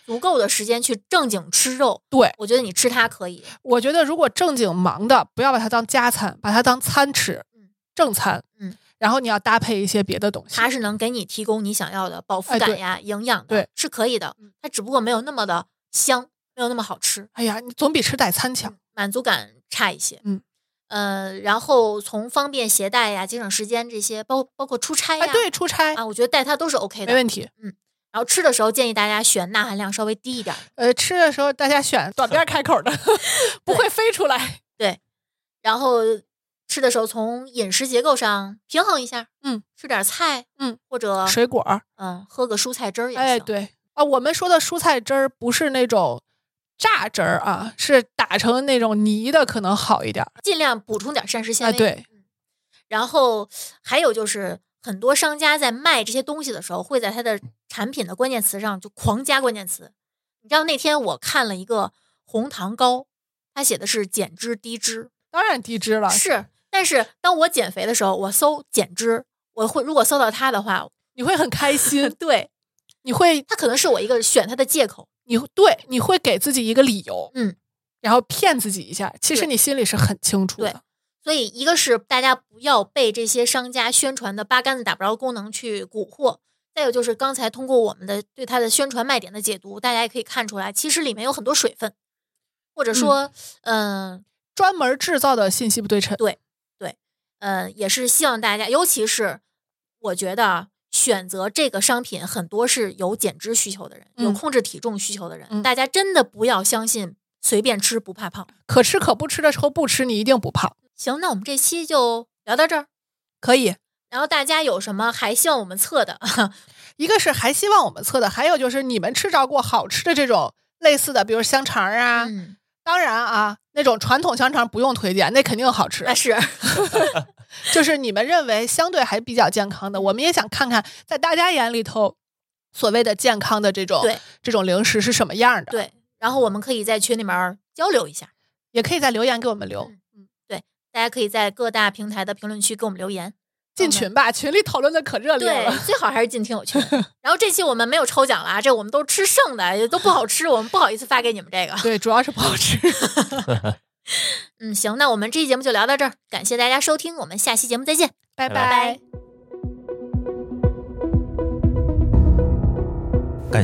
Speaker 3: 足够的时间去正经吃肉，
Speaker 2: 对
Speaker 3: 我觉得你吃它可以，
Speaker 2: 我觉得如果正经忙的，不要把它当加餐，把它当餐吃
Speaker 3: 嗯，
Speaker 2: 正餐。
Speaker 3: 嗯，
Speaker 2: 然后你要搭配一些别的东西
Speaker 3: 它。是能给你提供你想要的饱腹
Speaker 2: 哎
Speaker 3: 感
Speaker 2: 对
Speaker 3: 呀、营养的，
Speaker 2: 对
Speaker 3: 是可以的
Speaker 2: 嗯。
Speaker 3: 它只不过没有那么的香，没有那么好吃，嗯
Speaker 2: 哎呀，你总比吃代餐强。
Speaker 3: 满足感差一些。
Speaker 2: 嗯，
Speaker 3: 呃，然后从方便携带呀、节省时间这些，包包括出差呀，
Speaker 2: 哎，对，出差
Speaker 3: 啊，我觉得带它都是 OK
Speaker 2: 没
Speaker 3: 的。
Speaker 2: 问题。
Speaker 3: 然后吃的时候建议大家选钠含量稍微低一点儿，
Speaker 2: 呃，吃的时候大家选短边儿开 口的，不会飞出来。
Speaker 3: 然后吃的时候从饮食结构上平衡一下，
Speaker 2: 嗯，
Speaker 3: 吃点菜，
Speaker 2: 嗯，
Speaker 3: 或者
Speaker 2: 水果儿，
Speaker 3: 嗯喝个蔬菜汁儿也行。
Speaker 2: 哎，对啊，我们说的蔬菜汁儿不是那种榨汁儿啊，是打成那种泥的，可能好一点儿。
Speaker 3: 尽量补充点膳食纤
Speaker 2: 哎，
Speaker 3: 维。
Speaker 2: 对，
Speaker 3: 然后还有就是，很多商家在卖这些东西的时候，会在它的产品的关键词上就狂加关键词。你知道那天我看了一个红糖膏，它写的是减脂低脂，
Speaker 2: 当然低脂了，
Speaker 3: 是。但是当我减肥的时候，我搜减脂，我会如果搜到它的话，
Speaker 2: 你会很开 心，
Speaker 3: 对，
Speaker 2: 你会
Speaker 3: 它可能是我一个选它的借口。
Speaker 2: 你对你会给自己一个理由，
Speaker 3: 嗯，
Speaker 2: 然后骗自己一下，其实
Speaker 3: 对
Speaker 2: 你心里是很清楚
Speaker 3: 对
Speaker 2: 的。
Speaker 3: 所以，一个是大家不要被这些商家宣传的八竿子打不着功能去蛊惑；再有就是刚才通过我们的对它的宣传卖点的解读，大家也可以看出来，其实里面有很多水分，或者说，嗯
Speaker 2: 专门制造的信息不对称，
Speaker 3: 呃也是希望大家，尤其是我觉得啊，选择这个商品，很多是有减脂需求的人，有
Speaker 2: 嗯
Speaker 3: 控制体重需求的人，
Speaker 2: 嗯
Speaker 3: 大家真的不要相信随便吃不怕胖。
Speaker 2: 可吃可不吃的时候不吃，你一定不胖。
Speaker 3: 行，那我们这期就聊到这儿。
Speaker 2: 可以，
Speaker 3: 然后大家有什么还希望我们测的？
Speaker 2: 啊一个是还希望我们测的，还有就是你们吃着过好吃的这种类似的，比如香肠儿啊，
Speaker 3: 嗯，
Speaker 2: 当然啊，那种传统香肠不用推荐，那肯定好吃
Speaker 3: 那。是。
Speaker 2: 就是你们认为相对还比较健康
Speaker 3: 嗯
Speaker 2: 的，我们也想看看，在大家眼里头，所谓的健康的这种
Speaker 3: 对
Speaker 2: 这种零食是什么样的。，
Speaker 3: 对，然后我们可以在群里面儿交流一下，
Speaker 2: 也可以在留言给我们留
Speaker 3: 嗯大家可以在各大平台的评论区给我们留言。
Speaker 2: 进群吧，群里讨论的可热烈
Speaker 3: 对
Speaker 2: 了。，
Speaker 3: 最好还是进听友群。然后这期我们没有抽奖了啊，这我们都吃剩的，也都不好吃，我们不好意思发给你们这个。
Speaker 2: 对，主要是不好 吃。
Speaker 3: 嗯，行，那我们这期节目就聊到这儿，感谢大家收听，我们下期节目再见，
Speaker 2: 拜
Speaker 4: 拜
Speaker 3: 拜拜。
Speaker 1: 感